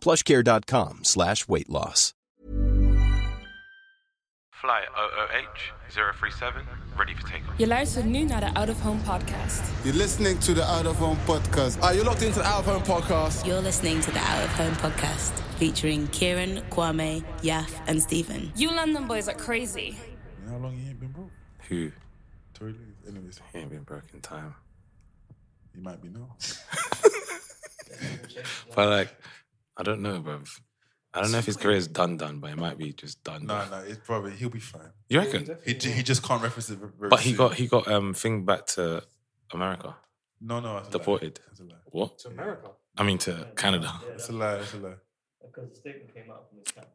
Plushcare.com slash weight loss. Flight OOH 037, ready for takeoff. Je luistert nu naar de Out of Home podcast. You're listening to the Out of Home podcast. All right, you're locked into the Out of Home podcast. You're listening to the Out of Home podcast featuring Kieran, Kwame, Yaf, and Stephen. You London boys are crazy. How long you ain't been broke? Who? Tory Lanez. Anyways, He ain't been broke in time. you might be now. But like, I don't know, bruv. I don't know if his career's done, done, but it might be just done. nah, bruv. nah, it's probably he'll be fine. You reckon? He, ju- he just can't reference it. very But he soon. got he got um thing back to America. no, no, that's a lie. deported. That's a lie. What? To America. I mean to Canada. That's a lie. That's a lie. because the statement came out from his camp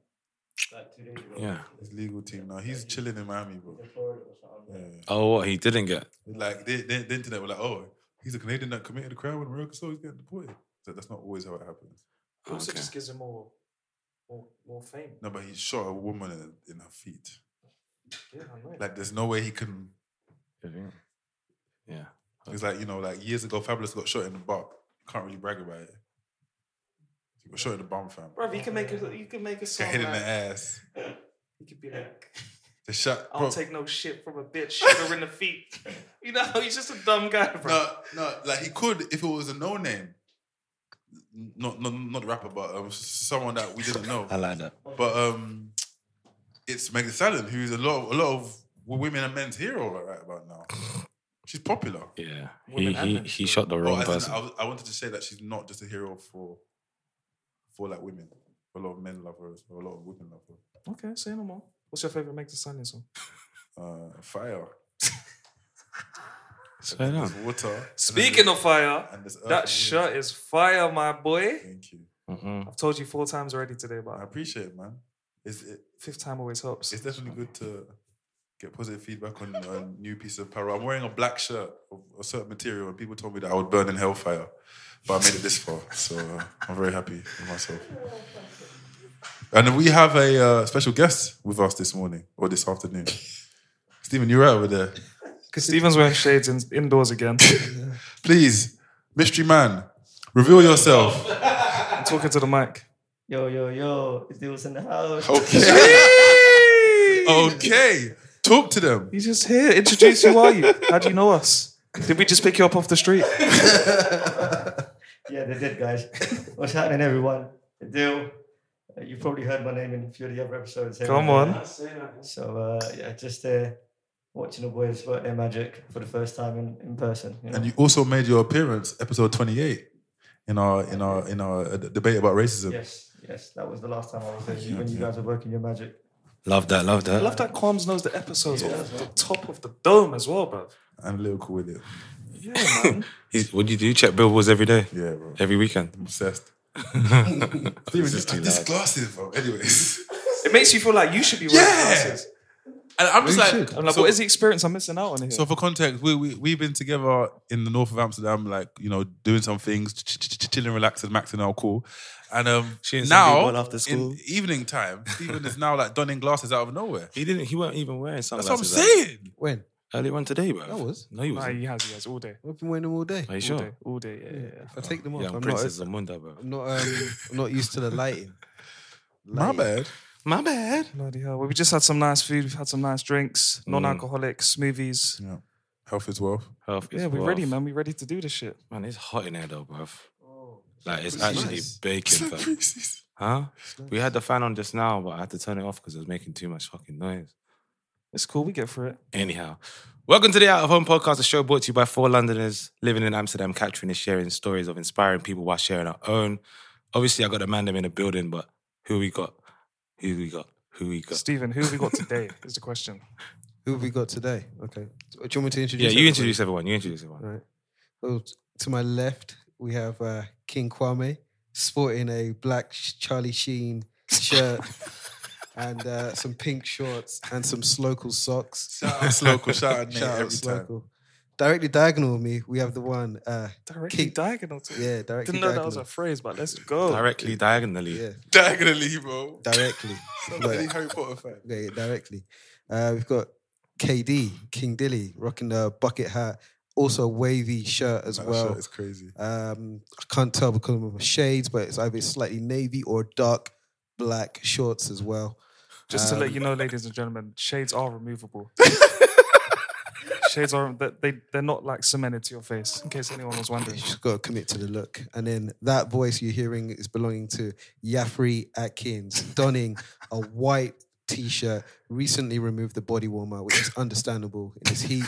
like two days ago. Yeah. His legal team now. He's chilling in Miami, bro. Florida or something. Yeah. Oh, what he didn't get. Like they, they, the internet were like, oh, he's a Canadian that committed a crime in America, so he's getting deported. So that's not always how it happens. Oh, It also Okay. just gives him more, more, more fame. No, but he shot a woman in, in her feet. Yeah, I know. Like there's no way he can. Yeah. It's like you know, like years ago, Fabulous got shot in the butt. You can't really brag about it. He got shot in the bum, fam. Bruv, you can make a, you can make a Got song. hit in the like, ass. You could be like, The shot. I bro. don't take no shit from a bitch. Shoot her in the feet. You know, he's just a dumb guy, bro. No, no, like he could if it was a no name. Not, not, not the rapper, but um, someone that we didn't know. like that. But um, it's Megan Stallion, who's a lot, of, a lot of women and men's hero right about now. She's popular. Yeah. He Women and he, men. he shot the Oh, wrong as in, person. I, was- I wanted to say that she's not just a hero for, for like women. A lot of men love her, as well, a lot of women love her. Okay, say no more. What's your favorite Meg Thee Stallion song? Uh, fire, Slow there's down. water. and then Speaking of fire, and there's Earth and that Wind. shirt is fire, my boy. Thank you. Mm-mm. I've told you four times already today, I but appreciate it, man. It's, it, fifth time always helps. it's definitely good to get positive feedback on a new piece of apparel. I'm wearing a black shirt of a certain material, and people told me that I would burn in hellfire, but I made it this far, so uh, I'm very happy with myself. And we have a uh, special guest with us this morning or this afternoon. Stephen, you're right over there. Because Steven's wearing shades in, indoors again. Please, mystery man, reveal yourself. I'm talking to the mic. Yo, yo, yo, it's Deals in the house. Oh. Okay, talk to them. He's just here. Introduce who are you? How do you know us? Did we just pick you up off the street? Yeah, they did, guys. What's happening, everyone? The deal. uh, You probably heard my name in a few of the other episodes. here. Come on. So, uh, yeah, just uh, watching the boys work their magic for the first time in, in person. You know? And you also made your appearance, episode 28, in our in our in our uh, debate about racism. yes, yes, that was the last time I was there when you guys were working your magic. Love that, love that. I love that Qualms knows the episodes off the top of the dome as well, bro. and lyrical with it. Yeah, man. He's, what do you do? Check billboards every day, Yeah, bro. every weekend. Obsessed. Steven, just like, these glasses, bro. Anyways. it makes you feel like you should be wearing Yeah. glasses. And I'm just like, I'm like, so, what is the experience I'm missing out on here? so for context, we, we, we've been together in the north of Amsterdam, like, you know, doing some things, ch- ch- ch- chilling, relaxing, maxing our cool. And um, She and some now, people after school. in evening time, Steven is now like donning glasses out of nowhere. He didn't. He weren't even wearing That's sunglasses. what I'm like, saying. When? Early on today, bro. That was. No, he nah, wasn't. he has, he has all day. I've been wearing them all day. Are you sure? All day, all day, yeah, yeah. yeah. I take them off. Yeah, I'm Princess not. Zamunda, bro. I'm not. Um, I'm not used to the lighting. My Lighting. bad. My bad. Bloody hell. Well, we just had some nice food, we've had some nice drinks, non alcoholic smoothies. Yeah. Health is wealth. Health is Yeah, we're wealth. ready, man. We're ready to do this shit. Man, it's hot in here though, bruv. Like it's actually baking, fam. Creases. Huh? We had the fan on just now, but I had to turn it off because it was making too much fucking noise. It's cool, we get for it. Anyhow, welcome to the Out of Home podcast, a show brought to you by four Londoners living in Amsterdam, capturing and sharing stories of inspiring people while sharing our own. Obviously, I got a man them in the building, but who we got? Who we got? Who we got? Stephen, who have we got today is the question. Who have we got today? Okay. Do you want me to introduce? Yeah, you everybody? introduce everyone. You introduce everyone. All right. Oh, Well, t- to my left, we have uh, King Kwame sporting a black Sh- Charlie Sheen shirt and uh, some pink shorts and some Slocal socks. Shout out Sloko, shout out Nate Shout out every time. Slocal. Directly diagonal of me, we have the one. Uh, Directly Kick- diagonal to yeah, directly Didn't know that diagonal. was a phrase, but let's go. Directly, diagonally. yeah, Diagonally, bro. directly. We've got Bloody it. Harry Potter fan. We've got it directly. Uh, we've got KD King Dilly rocking the bucket hat, also a wavy shirt as That well. shirt is crazy. Um, I can't tell because of my shades, but it's either slightly navy or dark black shorts as well. Just to Um, let you know, ladies and gentlemen, shades are removable. shades are that they they're not like cemented to your face. In case anyone was wondering, You just got to commit to the look. And then that voice you're hearing is belonging to Yafri Atkins, donning a white t shirt, recently removed the body warmer, which is understandable in this heat,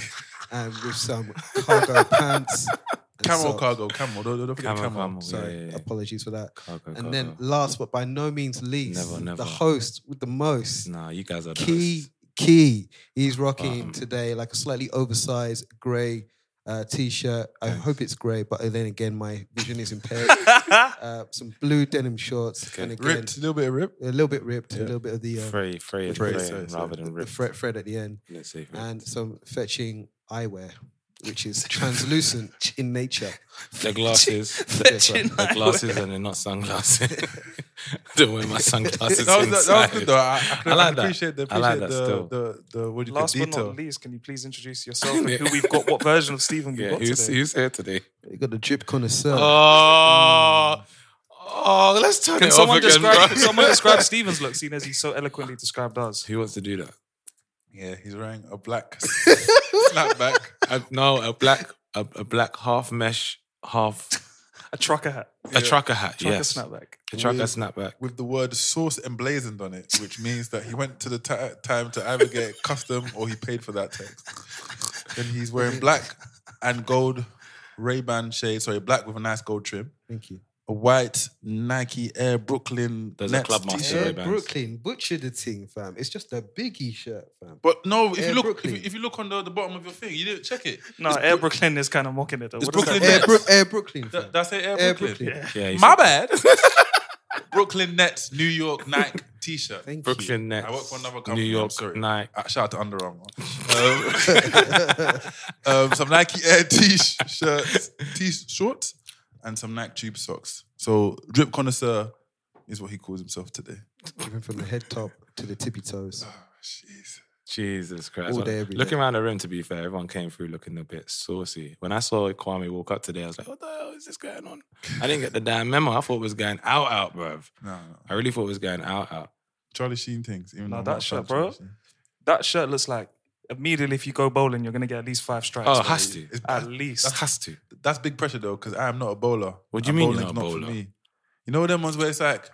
and with some cargo pants. and Camel socks. cargo, camel. Don't, don't forget Camel, camel. camel. Sorry. Yeah, yeah, yeah. Apologies for that. Cargo, And then, cargo. last but by no means least, Never, never. the host with the most. Nah, you guys are the Key hosts. Key. He's rocking today like a slightly oversized grey uh, t-shirt. I hope it's grey, but then again, my vision is impaired. uh, some blue denim shorts, and again, Ripped, a little bit of rip. a little bit ripped, a little bit of the uh, Free, free, and Free, free, sorry, sorry. rather than the rip. thread, thread at the end, Let's see. and some fetching eyewear. Which is translucent in nature. The glasses. Fetching the glasses and they're not sunglasses. Don't wear my sunglasses That was, that, that was inside. good though. I, I, could- I I like could that. appreciate the I appreciate like that the, still. the the what do you call last but detail. not least, can you please introduce yourself and who we've got, what version of Stephen we've Yeah, got who's, today? who's here today? You got the drip connoisseur. Oh, oh, let's turn Can it someone off again, describe? bro. Can someone describe Stephen's look, seeing as he so eloquently described us? Who wants to do that? yeah, he's wearing a black snapback. A, no, a black, a, a black half mesh, half A trucker hat, a trucker hat. trucker yes, snapback. a trucker With- snapback. with the word sauce emblazoned on it, which means that he went to the ti- time to either get it custom or he paid for that text. Then he's wearing black and gold Ray Ban shades, sorry, black with a nice gold trim, Thank you. a white Nike Air Brooklyn. There's a Nets Club Master. t-shirt. Air Ray-Bans. Brooklyn butchered the thing, fam. It's just a biggie shirt, fam. But no, if Air you look, if Brooklyn. you, if you look on the, the bottom of your thing, you didn't check it. No, Air Brooklyn is kind of mocking it. Though. It's What is that? Brooklyn Air, Nets. Bro- Air Brooklyn. Th- fam. that's it, Air, Air Brooklyn. Brooklyn. Yeah, he's My bad. Brooklyn Nets, New York Nike T-shirt. Thank you. Brooklyn Nets. I work for another New company, I'm York sorry. Nike. Uh, shout out to Under Armour. Um, um, some Nike Air t-shirts, t-shorts, and some Nike tube socks. So drip connoisseur is what he calls himself today. Even from the head top to the tippy toes. Jeez. Jesus Christ. All Well, day, every looking day. around the room, to be fair, everyone came through looking a bit saucy. When I saw Kwame walk up today, I was like, what the hell is this going on? I didn't get the damn memo. I thought it was going out, out, bruv. No, no. I really thought it was going out, out. Charlie Sheen things. Even No, though I'm that not a fan shirt, of Charlie bro. Sheen. That shirt looks like immediately if you go bowling, you're gonna get at least five strikes. Oh, has to. It's- At least. Has to. That's big pressure though, because I am not a bowler. What do And you mean you're bowling's not a for bowler? me. You know them ones where it's like.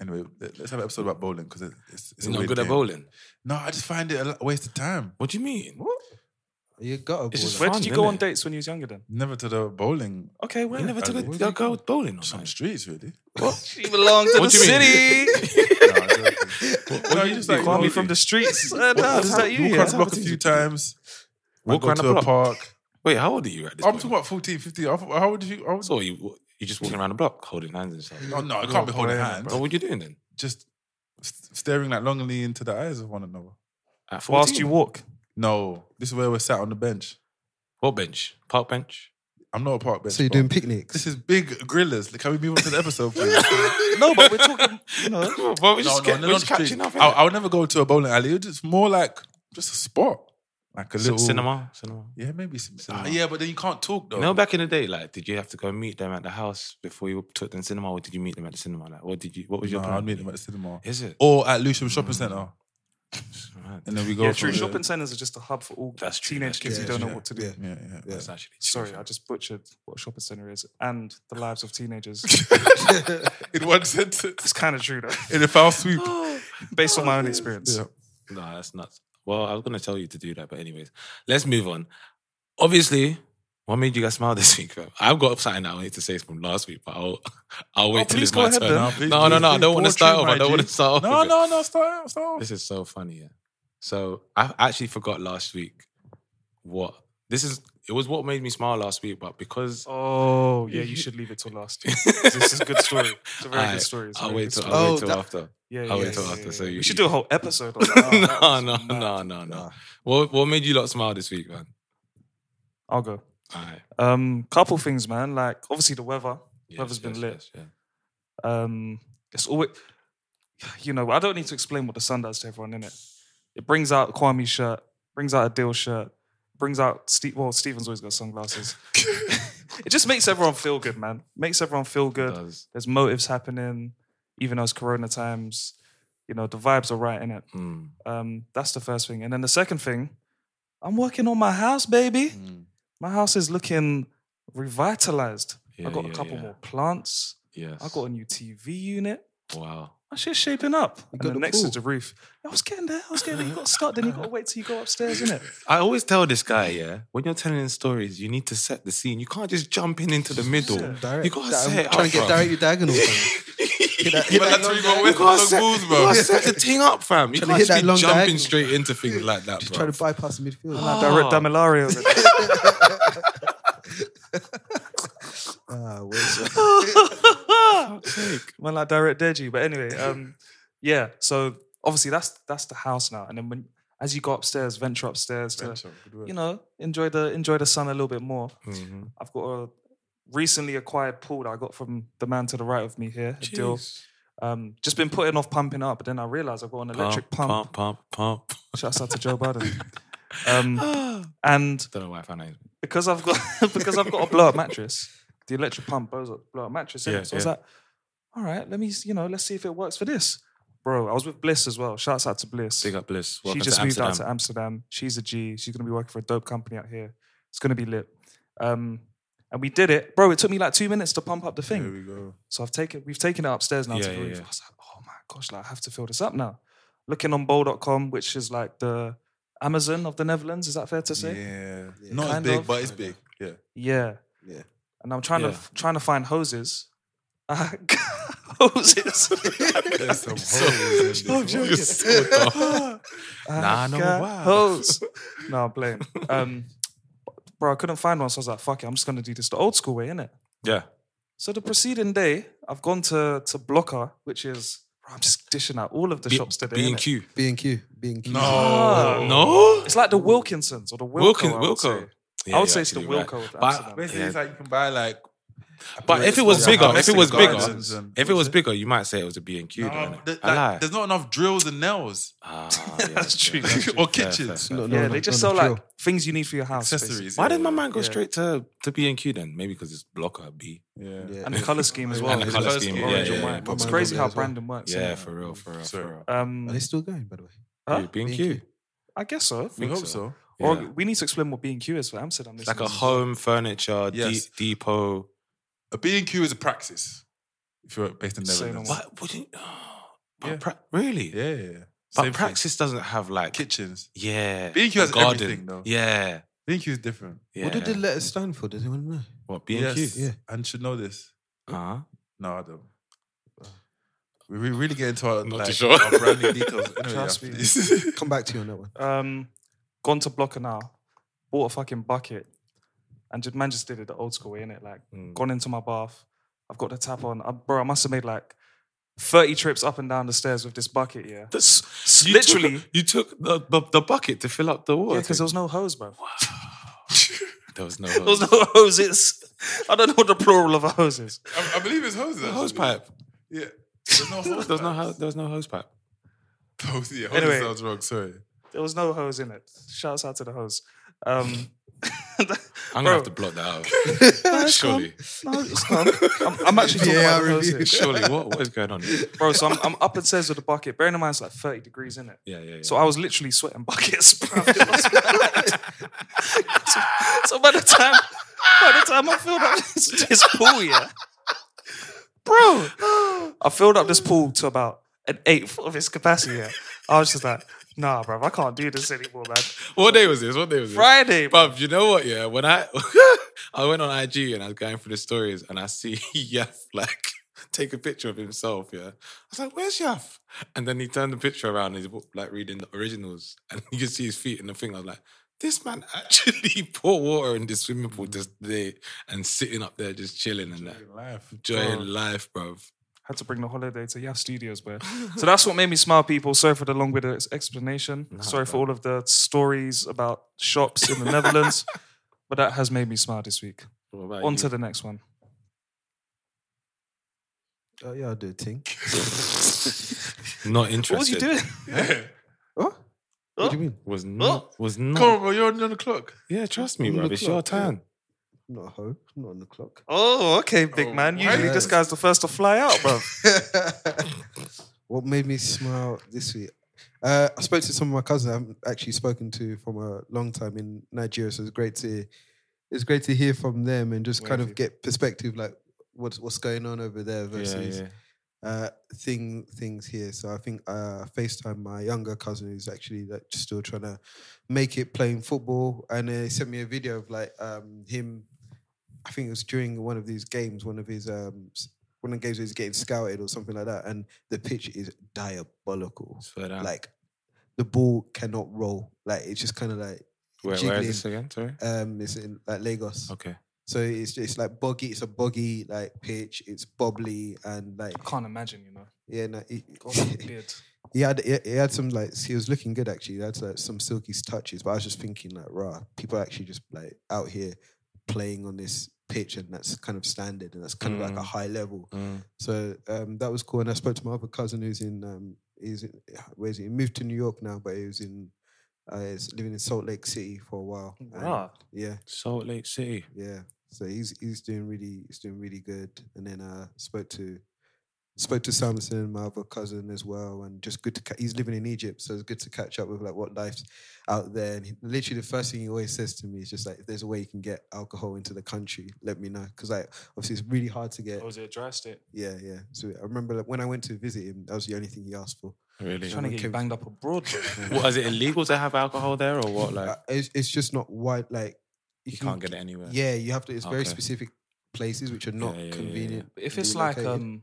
Anyway, let- let's have an episode about bowling because it's, it's, it's He's a not weird good at game. bowling. No, I just find it a lo- waste of time. What do you mean? You got a It's just baller. Where fun, did you isn't go on it? dates when you was younger then? Never to the bowling. Okay, where? You never took Where a do girl you go? go bowling or Some something. streets, really. She belongs to What the do you mean? city. No, I don't. No, you just like Call me walk- from the streets. Uh, no, is that you? Walk around the Yeah? block a few times. Walk Walk around to the a block. park. Wait, how old are you at this I'm point? talking about 14, 15. I thought- How would you? I was, So you you just walking around the block holding hands and stuff. Oh, no, no, I can't be holding hands. So what are you doing then? Just st- staring like longingly into the eyes of one another. At 14? Whilst you walk. No, this is where we're sat on the bench. What bench? Park bench? I'm not a park bench. So you're bro. doing picnics? This is big grillers. Like, can we move on to the episode, please? No, but we're talking. You know, well, we just get, no, we're not just street. catching up. I, innit? I would never go to a bowling alley. It's more like just a spot, like a C- little cinema, cinema. Yeah, maybe some. Cinema. Ah, yeah, but then you can't talk though. You know, back in the day, like, did you have to go meet them at the house before you took them cinema, or did you meet them at the cinema? Like, what did you? What was your No, plan? I'd meet them at the cinema Is it? Hmm. or at Lewisham Shopping Centre, Man, and then we go. yeah, from true. there. Shopping centers are just a hub for all That's true, teenage that's kids true, who don't yeah, know what to do. yeah. Yeah, yeah. That's actually Sorry, I just butchered what a shopping center is and the lives of teenagers. In one sentence, it's kind of true though, in a foul sweep. based on my own experience. Yeah. No, that's nuts. Well, I was gonna tell you to do that, but anyways, let's move on. Obviously, what made you guys smile this week? Fam? I've got something that I wanted to say from last week, but I'll I'll wait till please it's go my ahead turn. then. No, No, Oh, please, no, no, please, I please, don't want go to start through, off. my I don't want G. to start off. No, with it. no, no. Start, off, start. off. This is so funny. Yeah. So I actually forgot last week what this is. It was what made me smile last week, but because Oh, yeah, you should leave it till last. year. this is a good story. It's a very Alright, good story. It's a I'll very wait good till, story. I'll Oh, wait till that- after. yeah, I'll yeah, wait till yeah, after, yeah, so yeah. you- we should do a whole episode on that. Oh, that no, was no, mad. no, no, no. Nah. What what made you lot smile this week, man? I'll go. All right. Um, couple things, man. Like obviously the weather. Yes, Weather's been yes, lit. yes, yeah. Um, it's always, you know, I don't need to explain what the sun does to everyone, in it. It brings out Kwame's shirt, brings out a Dill shirt, brings out Steve. Well, Steven's always got sunglasses. it just makes everyone feel good, man. Makes everyone feel good. does. There's motives happening, even though it's Corona times. You know, the vibes are right in it. Mm. Um, that's the first thing. And then the second thing, I'm working on my house, baby. Mm. My house is looking revitalized. Yeah, I got yeah, a couple yeah. more plants. Yes. I got a new TV unit. Wow. My shit's shaping up. and got then the next pool. is the roof. I was getting there. I was getting there. You got to start, then you got to wait till you go upstairs, innit? I always tell this guy, yeah, when you're telling stories, you need to set the scene. You can't just jump in into the middle. Direct, You gotta di- set I'm it trying up, to bruv. get directly diagonal. fam. hit that, hit But that that's what long you got diagonal. with You gotta long set, balls, you bro. gotta set the thing up, fam. Trying You to can't hit just that be long jumping diagonal. straight into things like that, Just bro. try to bypass the midfield. Like direct Damilari over there. Ah, wait, so- Man, like direct Deji. But anyway, um, yeah. So obviously that's that's the house now. And then when as you go upstairs, venture upstairs to Venture, good word. you know enjoy the enjoy the sun a little bit more. I've got a recently acquired pool that I got from the man to the right of me here. Adil. Um, just been putting off pumping it up, but then I realized I've got an electric pump, pump. pump, pump. Shouts out to Joe Biden. Um, and Don't know why I found that. because I've got because I've got a blow up mattress, the electric pump blows up blow up mattress. innit? Yeah, so I was yeah. like, all right, let me s- you know, let's see if it works for this, bro. I was with Bliss as well. Shouts out to Bliss. Big up Bliss. she Welcome just to moved out to Amsterdam. Amsterdam. She's a G. She's gonna be working for a dope company out here. It's gonna be lit. Um, and we did it, bro. It took me like two minutes to pump up the thing. There we go. So I've taken we've taken it upstairs now Yeah, to the yeah, roof. yeah. I was like, oh my gosh, like I have to fill this up now. Looking on bowl.com, which is like the Amazon of the Netherlands, is that fair to say? Yeah. Not as Kind big, of. but it's big. Yeah. Yeah. Yeah. And I'm trying Yeah. to trying to find hoses. hoses. There's some holes in this. You're so dumb. Nah, I know Got why. Hose. No, I'm playing. Um, bro, I couldn't find one, so I was like, fuck it, I'm just gonna do this the old school way, innit? Yeah. So the preceding day, I've gone to to Blocker, which is bro, I'm just dishing out all of the shops today. B and innit? Q. B and Q, B and Q. Oh. No. It's like the Wilkinsons or the Wilco. Wilkins, I would Wilco. say. Yeah, I would you're say it's the absolutely right. Wilco. of But Amsterdam. Basically, it's like you can buy like. But if it was Yeah, bigger, if it was Mexican bigger, gardens and- if it was bigger, you might say it was a B and Q. No, though, innit? th- I like, lie. there's not enough drills and nails Ah, yeah, That's true, yeah, that's fair, or fair, fair, kitchens, fair, No, fair. no, yeah, no, they just no, sell no, like drill. things you need for your house. basically. accessories. Why did my man go Yeah. straight to to B and Q then? Maybe because it's blocker B. Yeah. Yeah. And the color scheme as well. And the colour scheme, yeah, orange yeah, and yeah, white. yeah. It's crazy how As well. branding works. Yeah, innit? for real, for real, Sorry. for real. Are Um, they still going, by the way? huh? Yeah, B and Q. I guess so. We hope so. Or Yeah. we need to explain what B and Q is for Amsterdam. It's like a listeners. home furniture Yes. de- depot. A B and Q is a praxis. If you're based in Say no Netherlands, more. What would you? but Yeah. pra- really? yeah, yeah, yeah. But Same thing. Praxis doesn't have like kitchens. yeah. B&Q a has garden. everything, though. Yeah. B and Q is different. yeah. What did the letter stand for? Does anyone know? what B and Q? Yes, Yeah. and should know this. Uh-huh. No, I don't. We we really get into our, Not too like, sure. our branding details. Anyway, Trust after me. this. Come back to you on that one. Um, gone to Blocker now, bought a fucking bucket, and just man just did it the old school way, innit? Like, gone into my bath, I've got the tap on. I, bro, I must have made like 30 trips up and down the stairs with this bucket, yeah. That's you took- literally- you took the, the, the bucket to fill up the water. Yeah, because there was no hose, bro. there was no There was no hoses. I don't know what the plural of a hose is. I, I believe it's hoses. hose actually. pipe. Yeah. There's no hose. There was no pipe. ho- there was no hose pipe. Hose, yeah, hose Anyway. sounds wrong. Sorry. There was no hose in it. Shouts out to the hose. Um, I'm Bro. gonna have to block that out. Surely, no, it's calm. I'm, I'm actually talking VAR about the hose review. here. surely, what what is going on? Here? bro. So I'm, I'm up and says with the bucket. Bearing in mind it's like 30 degrees in it. Yeah, yeah, yeah. So I was literally sweating buckets, bro. It was mad. so, so by the time by the time I filled up this, this pool, yeah, bro, I filled up this pool to about an eighth of its capacity. Yeah, I was just like, nah, bro, I can't do this anymore, man. What day was this? What day was this? Friday, bro. Bruv, you know what? Yeah, when I I went on IG and I was going through the stories and I see Yaf like take a picture of himself. Yeah, I was like, "Where's Yaf?" And then he turned the picture around. And he's like reading the originals, and you can see his feet in the thing. I was like, this man actually poured water in the swimming pool just today and sitting up there just chilling and that. Life. Enjoying Bro. life, bro. Had to bring the holiday to Yaf Studios, bro. so that's what made me smile, people. Sorry for the long-winded ex- explanation. Sorry for all of the stories about shops in the Netherlands. But that has made me smile this week. On to the next one. Oh yeah, I'll do a thing. Not interested. What was you doing? Yeah. What do you mean? Was not. Was not. Come on, bro. You're on, you're on the clock. Yeah, trust me, On bro. the It's your clock, yeah. time. I'm not a hoe. I'm not on the clock. Oh, okay, big Oh, man. wow. Usually this guy's the first to fly out, bro. What made me smile this week? Uh, I spoke to some of my cousins I haven't actually spoken to from a long time in Nigeria, so it's great to it's great to hear from them and just kind of get perspective, like what's what's going on over there versus uh, thing things here. So I think uh, I FaceTime my younger cousin who's actually like still trying to make it playing football, and uh, he sent me a video of like um, him. I think it was during one of these games, one of his um, s- one of the games where he's getting scouted or something like that, and the pitch is diabolical. Swear down. Like the ball cannot roll. Like it's just kind of like Where, where jiggling. is this again? Sorry. um, it's in like Lagos. Okay. So it's it's like boggy. It's a boggy like pitch. It's bubbly and like I can't imagine, you know. yeah. No, it- God, that beard. he had he, he had some like he was looking good actually. He had like some silky touches, but I was just thinking like, rah, people are actually just like out here playing on this pitch, and that's kind of standard, and that's kind of like a high level. So um, that was cool. And I spoke to my other cousin who's in um, he's in, where's he? he moved to New York now, but he was in uh, he's living in Salt Lake City for a while. And, Rah. yeah, Salt Lake City. yeah. So he's he's doing really he's doing really good. And then uh spoke to spoke to Samson, my other cousin as well, and just good to ca- he's living in Egypt, so it's good to catch up with like what life's out there. And he, literally the first thing he always says to me is just like, if there's a way you can get alcohol into the country, let me know, because like obviously it's really hard to get. Oh, is it a dry state? Yeah, yeah. So I remember like, when I went to visit him, that was the only thing he asked for. Really? Trying to get you came- banged up abroad. bro. What, is it illegal to have alcohol there or what? Like, Uh, it's, it's just not wide. Like you can- can't get it anywhere. Yeah, you have to. It's very Okay. specific places which are not yeah, yeah, yeah. convenient. If it's like relocated. um,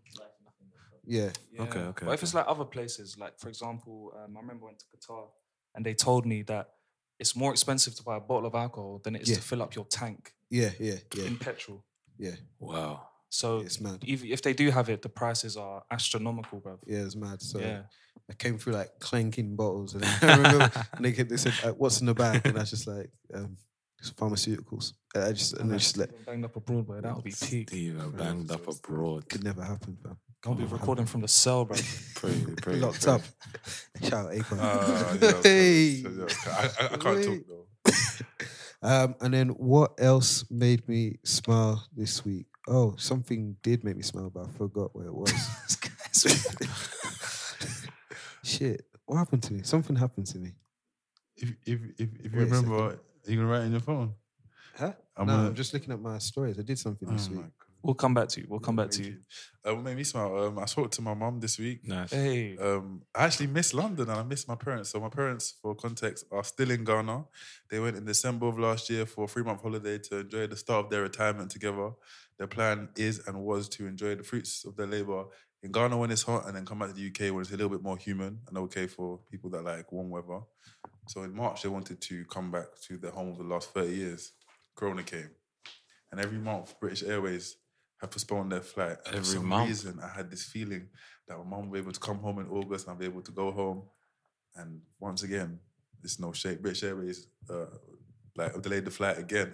yeah. Okay, okay, But if it's okay. like other places, like for example, um, I remember I went to Qatar and they told me that it's more expensive to buy a bottle of alcohol than it is Yeah. to fill up your tank Yeah, yeah, yeah, in petrol. yeah. Wow. So It's mad. If, if they do have it, the prices are astronomical, bro. Yeah, it's mad. So Yeah. I came through like clanking bottles, and I remember and they, kept- they said, uh, "What's in the bag?" And I was just like, um, it's "Pharmaceuticals." And I just and I just like Getting banged up abroad, bro. That would be peak. Steve, I uh, banged up abroad. could never happen, fam. I'll be recording from the cell, bro. Pray, pray, Locked pray. up. Shout out Akon. Oh, Uh, yeah, so- Hey. so, yeah, I, I, I can't Wait. talk though. Um, and then what else made me smile this week? Oh, something did make me smile, but I forgot where it was. This guy's- Shit, what happened to me? Something happened to me. If if if, if you Wait a second. remember, are you gonna write it in your phone? Huh? I'm no, gonna- I'm just looking at my stories. I did something Oh this my week. God. we'll come back to you. We'll come back to Thank you. Uh, what made me smile? Um, I spoke to my mum this week. Nice. Hey. Um, I actually miss London and I miss my parents. So my parents, for context, are still in Ghana. They went in December of last year for a three month holiday to enjoy the start of their retirement together. Their plan is and was to enjoy the fruits of their labor in Ghana when it's hot, and then come back to the UK when it's a little bit more human and okay for people that like warm weather. So in March they wanted to come back to their home of the last thirty years. Corona came, and every month British Airways have postponed their flight. And Every for some month? reason, I had this feeling that my mum will be able to come home in August and I'll be able to go home. And once again, it's no shake. British Airways uh, like delayed the flight again.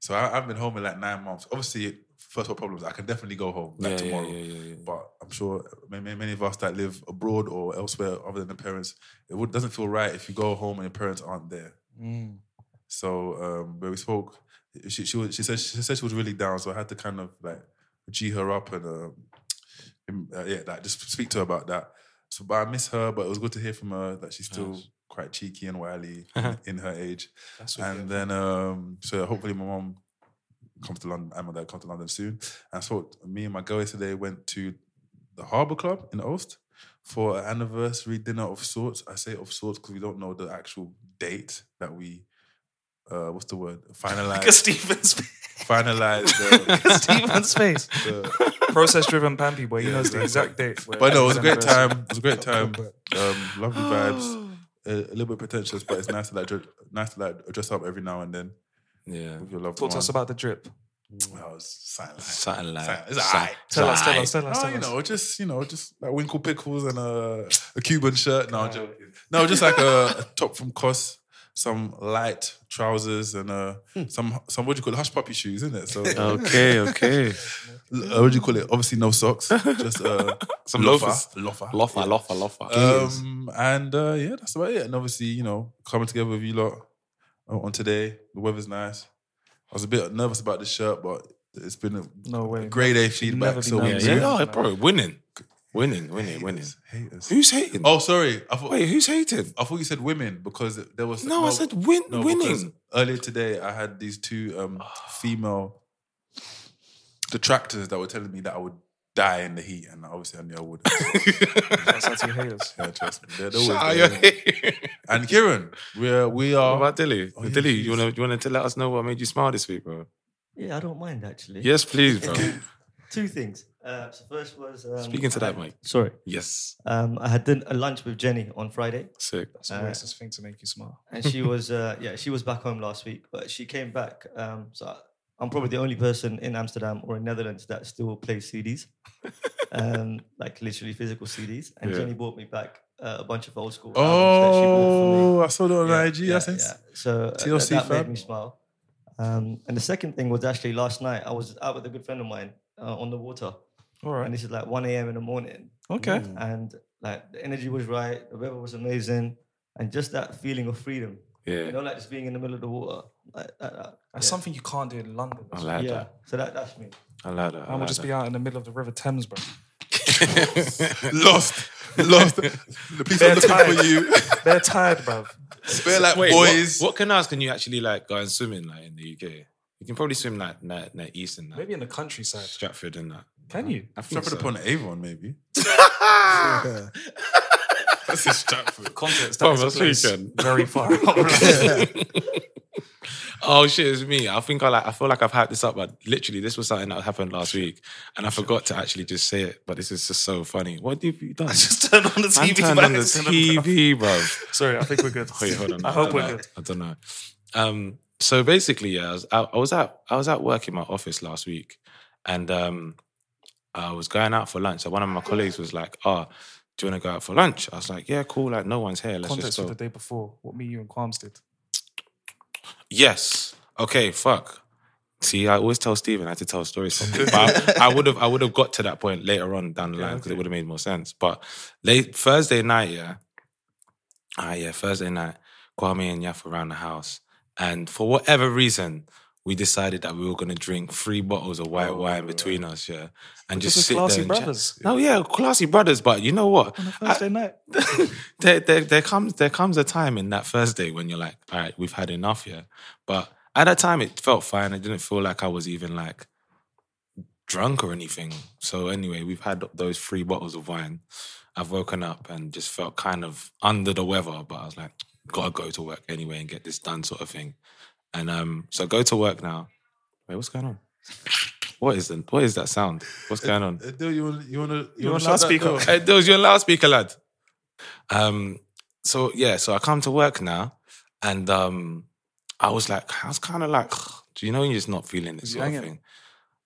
So I, I've been home in like nine months. Obviously, first world problems. I can definitely go home like Yeah, yeah, tomorrow. yeah, yeah, yeah. But I'm sure many, many of us that live abroad or elsewhere other than the parents, it would, doesn't feel right if you go home and your parents aren't there. Mm. So um, when we spoke, she she, was, she said she said she was really down, so I had to kind of like g her up and um, um, uh, yeah, like just speak to her about that. So, but I miss her, but it was good to hear from her that she's still Nice. quite cheeky and wily in, in her age. That's what And then um, so hopefully my mom comes to London and my dad comes to London soon. And so me and my girl yesterday went to the Harbour Club in Ost for an anniversary dinner of sorts. I say of sorts because we don't know the actual date that we uh, what's the word? Look at Finalized Stephen's finalized the, Stephen's face. the Process driven pampy boy. He Yeah, knows the exact date. where But no, it was a great everything's time. It was a great time. Um, lovely vibes. a, a little bit pretentious, but it's nice to like dre- nice to like dress up every now and then Yeah. with your loved Talk to one. us about the drip. Well, it's silent. Something like Silent. It's something- alright. Tell us, tell us, tell us, No, tell you us. know, just you know, just like winkle pickles and a, a Cuban shirt. No, I'm joking. no, just like a, a top from Cos, some light trousers and uh, some some what do you call it? hush puppy shoes, isn't it? So Oh. Okay, okay. uh, what do you call it? Obviously, no socks, just uh, Some loafers. loafer, Loffa, Yeah. loffa, loffa. Um, and uh, yeah, that's about it. And obviously, you know, coming together with you lot on on today. The weather's nice. I was a bit nervous about this shirt, but it's been a No way. grade A never feedback. be So yeah, nervous. we- yeah, no, bro, winning, winning, winning, winning. Haters, haters. Who's hating? Oh, sorry. I thought, wait, who's hating? I thought you said women because there was No, I said win, no, because winning. Earlier today, I had these two um, female detractors that were telling me that I would die in the heat, and obviously I knew I would. That's out to your haters. yeah, trust me. They're the Shout worst, out yeah. your hate. And Kieran, we're we What are about Dilly? Oh, yeah, Dilly, you jeez. wanna you wanna to let us know what made you smile this week, bro? Yeah, I don't mind actually. Yes, please, bro. Two things. Uh, so first was um, Speaking to I that had- mic. Sorry, Yes, um, I had din- a lunch with Jenny on Friday, sick. That's the Uh, racist thing to make you smile. and she was uh, yeah she was back home last week, but she came back. Um, so I- I'm probably the only person in Amsterdam or in Netherlands that still plays CDs, um, like literally physical CDs. And Yeah. Jenny brought me back uh, a bunch of old school albums that she bought for me. Oh, I saw that on Yeah, IG. yeah, That's it. yeah. So uh, that, TLC that made fam. me smile. Um, and the second thing was actually last night I was out with a good friend of mine uh, on the water, All and right. this is like 1 a.m. in the morning, Okay. and like the energy was right, the weather was amazing, and just that feeling of freedom. You Yeah, know, like just being in the middle of the water. Like, like that. That's Yeah. something you can't do in London. I like yeah. that. So that, that's me. I like that. I I will like just be out in the middle of the River Thames, bro. that. Lost, lost. The police are They're looking tired. for you. They're tired, bro. They're like Wait, boys. What, what canals can you actually like go and swim in like in the UK? You can probably swim like na na east and that. Maybe in the countryside. Stratford and that. Can you? I think Stratford so. upon Avon, maybe. Yeah. That's in Stratford. Context. Bro, That is a that's place weekend. very far. out. Oh shit, it's me. I think I like. I feel like I've hyped this up, but literally, this was something that happened last week, and I forgot to actually just say it. But this is just so funny. What have you done? Just turn on the I TV. turned by on the accident, bro. TV, bro. Sorry, I think we're good. Wait, hold on. I hope don't we're know. good. I don't know. Um, so basically, yeah, I was out, I was at I was at work in my office last week, and um, I was going out for lunch. So one of my colleagues was like, "Ah, do you want to go out for lunch?" I was like, "Yeah, cool. Like, no one's here. Let's Context just for go." the day before, what me, you, and Quams did. Yes. Okay. Fuck. See, I always tell Steven I had to tell stories. Something, but I, I would have, I would have got to that point later on down the line because it would have made more sense. But late Thursday night, yeah, ah, yeah, Thursday night, Kwame and Yaf were around the house, and for whatever reason, we decided that we were going to drink three bottles of white Oh, wine between us, yeah, and just, Just sit classy there. And brothers. No, yeah, classy brothers. But you know what? Thursday night. there, there, there comes there comes a time in that Thursday when you're like, all right, we've had enough here. But at that time, it felt fine. I didn't feel like I was even like drunk or anything. So anyway, we've had those three bottles of wine. I've woken up and just felt kind of under the weather, but I was like, gotta go to work anyway and get this done, sort of thing. And um, so I go to work now. Wait, what's going on? What is the, what is that sound? What's going on? Uh, Dil, you want you want to you You're on want to loudspeaker. speaker? Hey, those your loudspeaker, lad. Um, so yeah, so I come to work now, and um, I was like, I was kind of like, do you know, when you're just not feeling this Was you sort of hanging? thing.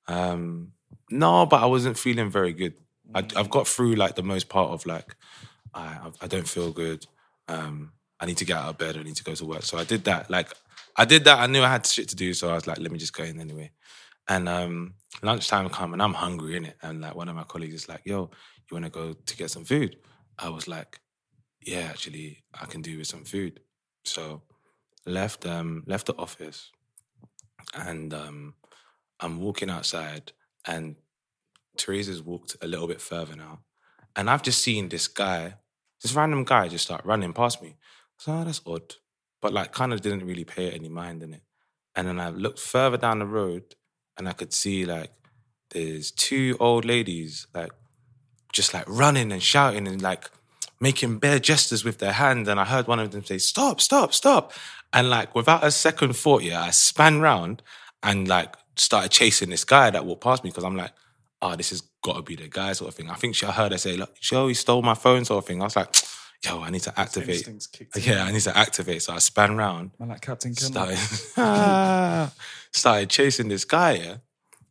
Um, no, but I wasn't feeling very good. I, I've got through like the most part of like, I I- I don't feel good. Um, I need to get out of bed. I need to go to work. So I did that. Like, I did that. I knew I had shit to do, so I was like, let me just go in anyway. And um, lunchtime come and I'm hungry in it. And like one of my colleagues is like, "Yo, you want to go to get some food?" I was like, "Yeah, actually, I can do with some food." So left um left the office, and um, I'm walking outside, and Teresa's walked a little bit further now, and I've just seen this guy, this random guy, just start running past me. So oh, that's odd, but like kind of didn't really pay it any mind in it. And then I looked further down the road and I could see like there's two old ladies like just like running and shouting and like making bare gestures with their hand. And I heard one of them say, Stop, stop, stop. And like without a second thought, yeah, I span round and like started chasing this guy that walked past me because I'm like, "Ah, oh, this has got to be the guy sort of thing. I think she I heard her say, like, she always stole my phone sort of thing. I was like, yo, I need to activate. Instincts kicked in. Yeah, I need to activate. So I span round Man, like Captain Kimball. started, started chasing this guy, yeah.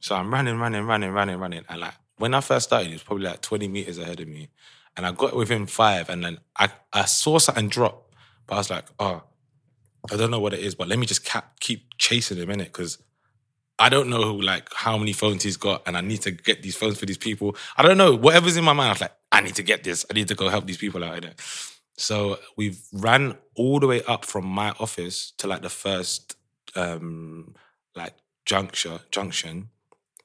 So I'm running, running, running, running, running. And like when I first started, he was probably like 20 meters ahead of me. And I got within five, and then I, I saw something drop. But I was like, oh, I don't know what it is, but let me just cap, keep chasing him in it because I don't know who, like how many phones he's got, and I need to get these phones for these people. I don't know whatever's in my mind. I was like, I need to get this. I need to go help these people out in it. So we ran all the way up from my office to like the first um like juncture junction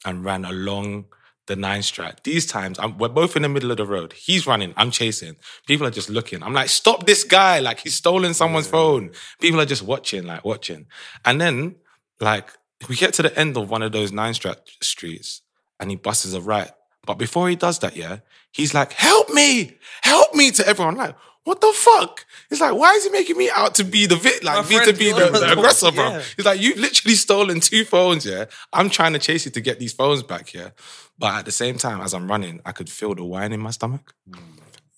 and ran along the nine strat. These times I'm, we're both in the middle of the road. He's running, I'm chasing. People are just looking. I'm like, stop this guy! Like he's stolen someone's phone. People are just watching, like watching. And then like we get to the end of one of those nine strat streets and he busts a right. But before he does that, yeah, he's like, help me, help me to everyone. I'm like, what the fuck? It's like, why is he making me out to be the victim, like me to friend, be you're the, the the aggressor, one, bro? yeah. He's like, you've literally stolen two phones, yeah. I'm trying to chase you to get these phones back, yeah. But at the same time, as I'm running, I could feel the wine in my stomach. Hmm.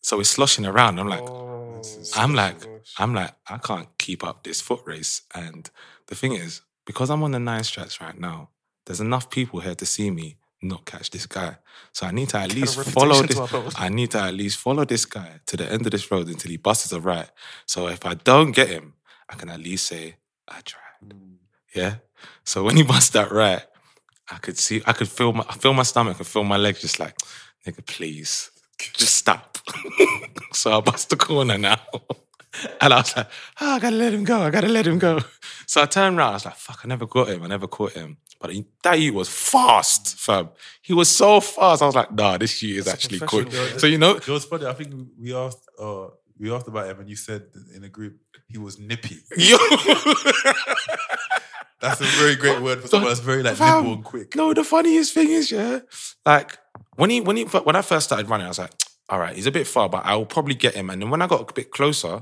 So it's sloshing around. I'm like, Oh, I'm like, I'm like, I can't keep up this foot race. And the thing is, because I'm on the nine strats right now, there's enough people here to see me not catch this guy. So I need to at least follow reputation this. to uphold. I need to at least follow this guy to the end of this road until he busts a right. So if I don't get him, I can at least say I tried. Yeah. So when he busts that right, I could see, I could feel my, I feel my stomach, I feel my legs, just like nigga, please, just stop. so I bust the corner now. And I was like, oh, I gotta let him go. I gotta let him go. So I turned around. I was like, fuck, I never got him. I never caught him. But he, that you was fast, fam. He was so fast. I was like, nah, this shit is actually quick. So you know, It was funny. I think we asked, uh, we asked about him, and you said in a group he was nippy. yo, That's a very great word for someone that's very like fam. nimble and quick. No, the funniest thing is, yeah, like when he when he when I first started running, I was like, all right, he's a bit far, but I will probably get him. And then when I got a bit closer,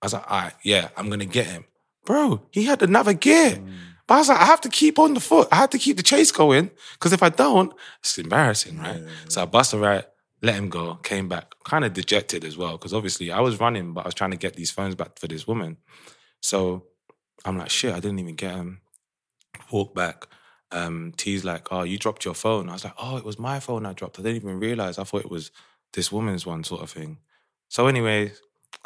I was like, all right, yeah, I'm gonna get him, bro. He had another gear. Mm. But I was like, I have to keep on the foot. I have to keep the chase going because if I don't, it's embarrassing, right? So I busted right, let him go, came back, kind of dejected as well because obviously I was running, but I was trying to get these phones back for this woman. So I'm like, shit, I didn't even get him. Walk back. Um, T's like, oh, you dropped your phone. I was like, oh, it was my phone I dropped. I didn't even realize. I thought it was this woman's one, sort of thing. So, anyway,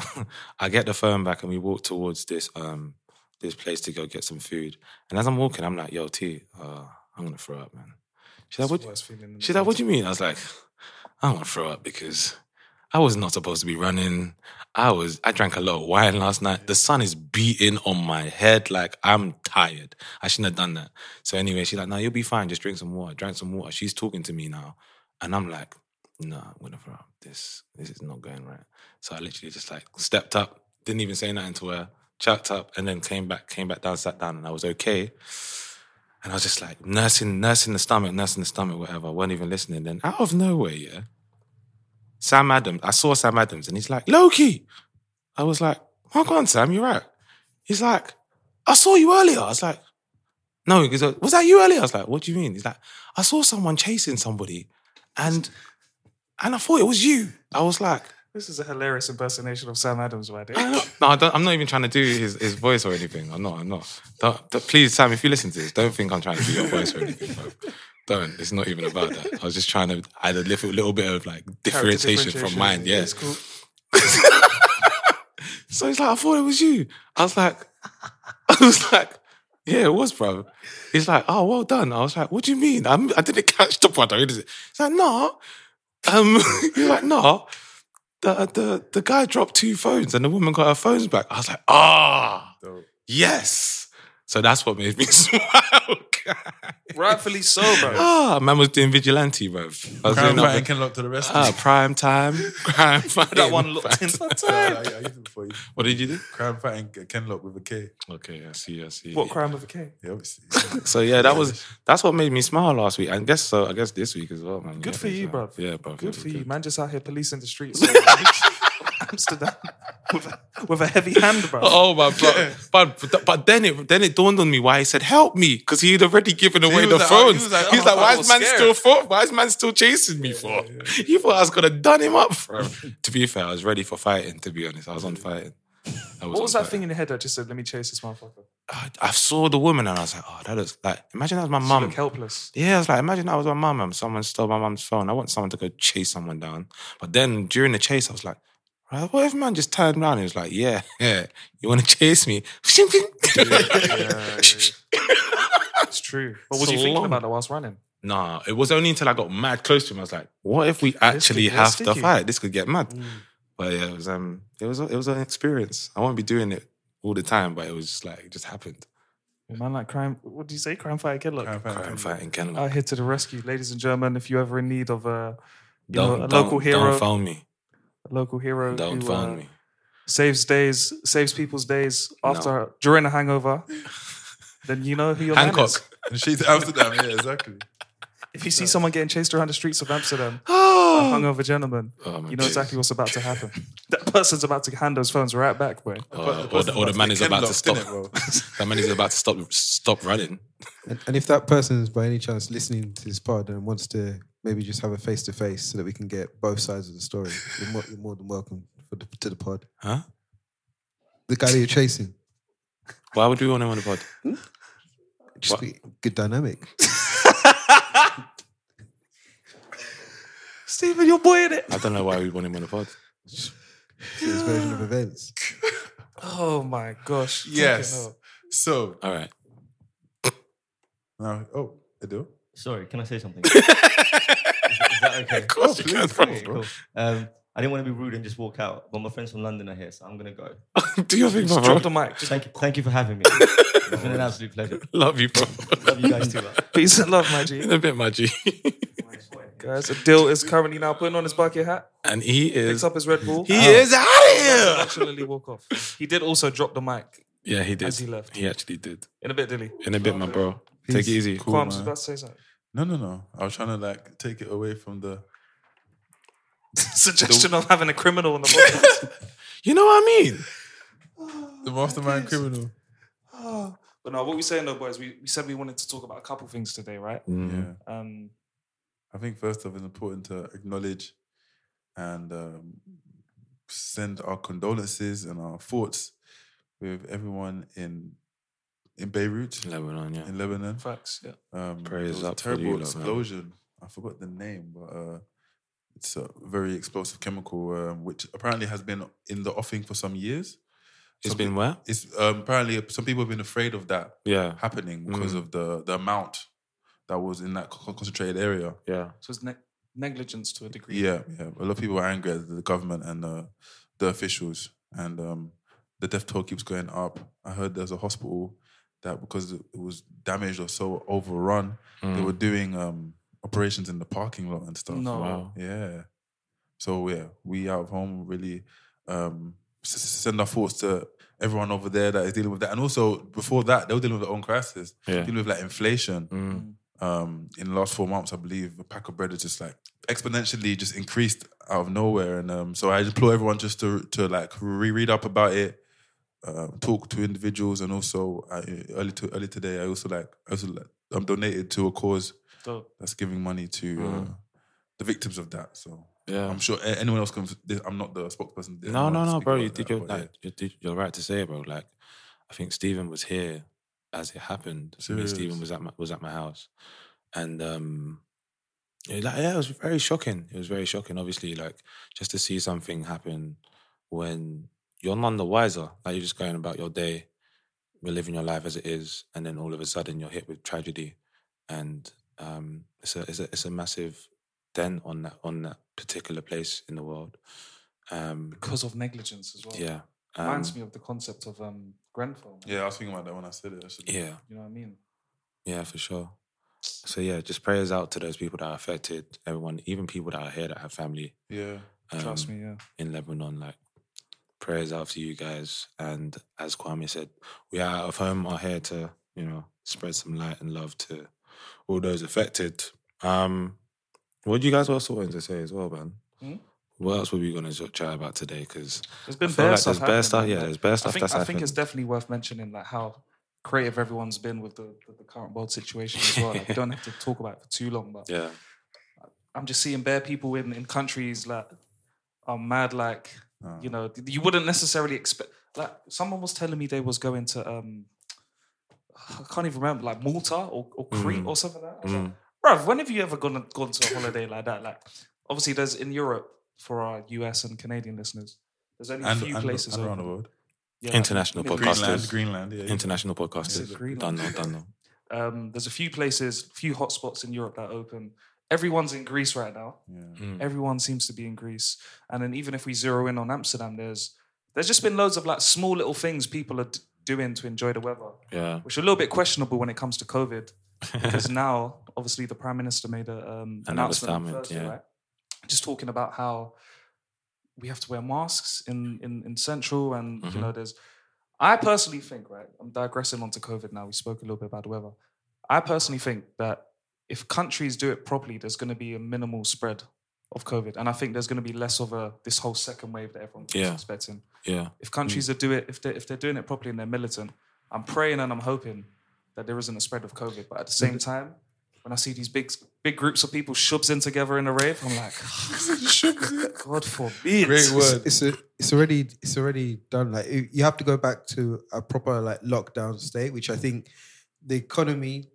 I get the phone back and we walk towards this um this place to go get some food. And as I'm walking, I'm like, yo, T, uh, I'm gonna throw up, man. She's like, what? Worst feeling in the She's like, what do you mean? I was like, I want to throw up because I was not supposed to be running. I was I drank a lot of wine last night. The sun is beating on my head. Like I'm tired. I shouldn't have done that. So anyway, she's like, no, you'll be fine. Just drink some water. Drank some water. She's talking to me now. And I'm like, no, I'm gonna throw up. This this is not going right. So I literally just like stepped up, didn't even say nothing to her, chucked up, and then came back, came back down, sat down, and I was okay. And I was just like nursing, nursing the stomach, nursing the stomach, whatever. I weren't even listening. Then out of nowhere, yeah, Sam Adams. I saw Sam Adams, and he's like Loki. I was like, "Hold on, Sam, you're right." He's like, "I saw you earlier." I was like, "No," because uh, was that you earlier? I was like, "What do you mean?" He's like, "I saw someone chasing somebody, and and I thought it was you." I was like, This is a hilarious impersonation of Sam Adams, by the way. I don't- no, I don't, I'm not even trying to do his, his voice or anything. I'm not. I'm not. Don't, don't- please, Sam, if you listen to this, don't think I'm trying to do your voice or anything. bro. Don't. It's not even about that. I was just trying to add a little, little bit of like Character differentiation, from differentiation, mine. Yeah. It's cool. So he's like, I thought it was you. I was like, I was like, yeah, it was, bro. He's like, oh, well done. I was like, what do you mean? I'm, I didn't catch the part. I mean, is it? He's like, no. Um, he's like, no. The, the the guy dropped two phones and the woman got her phones back. I was like, ah, yes. So that's what made me smile. Rightfully so, bro. Ah, man was doing vigilante, bro. I was Crown doing fighting up- can lock to the rest. ah, prime time, crime fighting. That one looked in. yeah, I, I used it before. What did you do? Crime fighting Kenlock with a K. Okay, I see, I see. What crime of a king? Yeah, obviously. So yeah, that was that's what made me smile last week, and guess so. I guess this week as well, man. Good Yeah, for you, so. bruv. Yeah, bro. Good for you. Man just out here policing the streets. Amsterdam with a, with a heavy hand, bro. Oh my god! But, but but then it then it dawned on me why he said help me because he'd already given away was the like- phones. he was He's like, like, oh, I why was is man scared." still for, why is man still chasing me for? He thought I was gonna done him up for. to be fair, I was ready for fighting. To be honest, I was on fighting. I What on was that fighting. thing in your head that just said, "Let me chase this motherfucker"? I, I saw the woman and I was like, oh, that looks like. Imagine that was my Just mum. look helpless. Yeah, I was like, imagine I was my mum and someone stole my mum's phone. I want someone to go chase someone down. But then during the chase, I was like, right, what if man just turned around and was like, yeah, yeah, you want to chase me? It's true. But was So you thinking long. about that whilst running? nah, it was only until I got mad close to him. I was like, what if we actually could get have to sticky. Mm. fight? This could get mad. But yeah, it was um, it was it was an experience. I won't be doing it all the time, but it was just like it just happened. Man, like crime. What do you say? Crime fighter kid. Look, Crime fighter. Crime fighting Kenlock. out here to the rescue, ladies and gentlemen. If you're ever in need of a, you know, Don't, a don't, local hero, Don't phone me. a local hero Don't who, phone uh, me. saves days, saves people's days after during a hangover, then you know who your man is. Hancock. And she's Amsterdam, yeah, exactly. If you see someone getting chased around the streets of Amsterdam, a Oh, hungover gentleman, my you know days. exactly what's about to happen. that person's about to hand those phones right back, boy. Or, or the, or the man is about to stop. That man is about to stop stop running. And, and if that person is by any chance listening to this pod and wants to maybe just have a face to face so that we can get both sides of the story, you're more, you're more than welcome for the, to the pod. Huh? The guy that you're chasing, Why would we want him on the pod? just What? be good dynamic. Stephen, you're boy in it. I don't know why we want him on the pod. to This version of events. Oh my gosh. Fucking Yes. hell. So All right. now, oh, I do. Sorry, can I say something? Is that okay? Of course you can, bro. Okay, cool. Um, I didn't want to be rude and just walk out, but my friends from London are here, so I'm gonna go. Do your thing, Just drop bro. the mic. Just Thank you, thank you for having me. It's been an absolute pleasure. Love you, bro. Love you guys too. man. peace and love, my G. In a bit, my G. Guys, Adil is currently now putting on his bucket hat, And he picks is. up Oh. his Red Bull. He is out of and here. nonchalantly walk off. He did also drop the mic Yeah, he did. as he left. He actually did. In a bit, Dilly. In a bit, my bro. Take it easy. Cool, Quam's man. about to say something. No, no, no. I was trying to like take it away from the. Suggestion of having a criminal on the podcast. You know what I mean? The mastermind criminal. Oh, but no, what we saying though, boys, we, we said we wanted to talk about a couple things today, right? Mm. Mm-hmm. Yeah. Um, I think first off, it's important to acknowledge and um, send our condolences and our thoughts with everyone in in Beirut, Lebanon, yeah. in Lebanon. facts, yeah. Um, there Prayers was a up for you terrible lot, man. explosion. I forgot the name, but uh, it's a very explosive chemical, um, which apparently has been in the offing for some years. It's Some been peop- where? It's um, apparently some people have been afraid of that Yeah. happening because Mm. of the the amount that was in that co- concentrated area. Yeah. So it's ne- negligence to a degree. Yeah, yeah. A lot of people are angry at the government and uh, the officials, and um, the death toll keeps going up. I heard there's a hospital that because it was damaged or so overrun, Mm, they were doing um, operations in the parking lot and stuff. No. Wow. Yeah. So yeah, we out of home really um, s- s- send our thoughts to everyone over there that is dealing with that, and also before that, they were dealing with their own crisis, Yeah. dealing with like inflation Mm. um, in the last four months, I believe a pack of bread has just like exponentially just increased out of nowhere. And um, so I implore everyone just to to like reread up about it, uh, talk to individuals, and also I, early to early today, I also like I also like, I'm donated to a cause So that's giving money to uh, Mm. the victims of that. So Yeah. I'm sure a- anyone else can. I'm not the spokesperson. No, anyone no, can no, speak bro. about You that, did your, but, yeah. like, you did, you're right to say it, bro. Like, I think Stephen was here as it happened. I mean, Stephen Serious. was at my was at my house, and um, it, like, yeah, it was very shocking. It was very shocking. Obviously, like just to see something happen when you're none the wiser. Like you're just going about your day, you're living your life as it is, and then all of a sudden you're hit with tragedy, and um, it's a it's a it's a massive dent on that on that particular place in the world. Um, because of negligence as well. yeah. Reminds um, me of the concept of um, Grenfell. man. yeah, I was thinking about that when I said it. Actually. Yeah, You know what I mean? yeah, for sure. So yeah, just prayers out to those people that are affected. Everyone, even people that are here that have family. yeah. um, Trust me, yeah. In Lebanon, like prayers out to you guys. And as Kwame said, we are out of home. Are here to you know spread some light and love to all those affected. Um, what do you guys also wanted to say as well, man? Hmm? What else were we gonna jo- chat about today? Because There's been I feel bare like stuff There's bare happening, stuff. man. Yeah, there's bare stuff I think, that's I happening. think it's definitely worth mentioning like how creative everyone's been with the, the, the current world situation as well. Like, we don't have to talk about it for too long, but yeah. I'm just seeing bare people in, in countries that are mad. Like you Um, know, you wouldn't necessarily expect. Like someone was telling me they was going to um, I can't even remember, like Malta or, or Crete Mm. or something like that. Mm. Bruv, when have you ever gone gone to a holiday like that? Like, obviously, there's in Europe for our US and Canadian listeners. There's only And- a few and- places and around open. the world. Yeah, like International Mid- podcasters. Greenland, Greenland, yeah, yeah. International Is it podcasters. Greenland? Done, no, done, no. Um, there's a few places, few hotspots in Europe that open. Everyone's in Greece right now. Mm. Everyone seems to be in Greece, and then even if we zero in on Amsterdam, there's there's just been loads of like small little things people are d- doing to enjoy the weather, Yeah. which are a little bit questionable when it comes to COVID, because now obviously the prime minister made a um, An announcement on announcement, Thursday, yeah. right? Just talking about how we have to wear masks in in, in central, and you Mhm. know there's. I personally think, right? I'm digressing onto COVID now. We spoke a little bit about the weather. I personally think that if countries do it properly, there's going to be a minimal spread of COVID, and I think there's going to be less of a this whole second wave that everyone keeps Yeah. expecting. Yeah. If Mm. countries are do it, if they if they're doing it properly and they're militant, I'm praying and I'm hoping that there isn't a spread of COVID. But at the same time, when I see these big big groups of people shubs in together in a rave, I'm like, God forbid. It's- It's, a, it's already it's already done. Like you- you have to go back to a proper like lockdown state, which I think the economy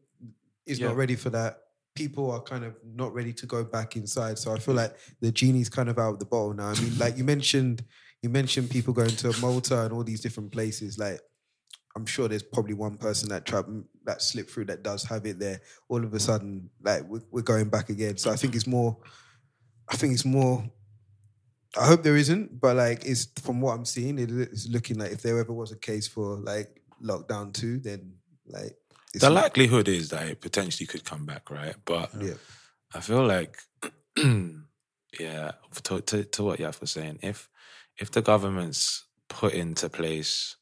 is Yeah. not ready for that. People are kind of not ready to go back inside. So I feel like the genie's kind of out of the bottle now. I mean, like you mentioned, you mentioned people going to Malta and all these different places. Like I'm sure there's probably one person that trap that slipped through that does have it there. All of a sudden, like we're, we're going back again. So I think it's more. I think it's more. I hope there isn't, but like it's from what I'm seeing, it is looking like if there ever was a case for like lockdown two, then like it's the likelihood is that it potentially could come back, right? But Yeah. I feel like, yeah, to, to, to what Yaf was saying, if if the government's put into place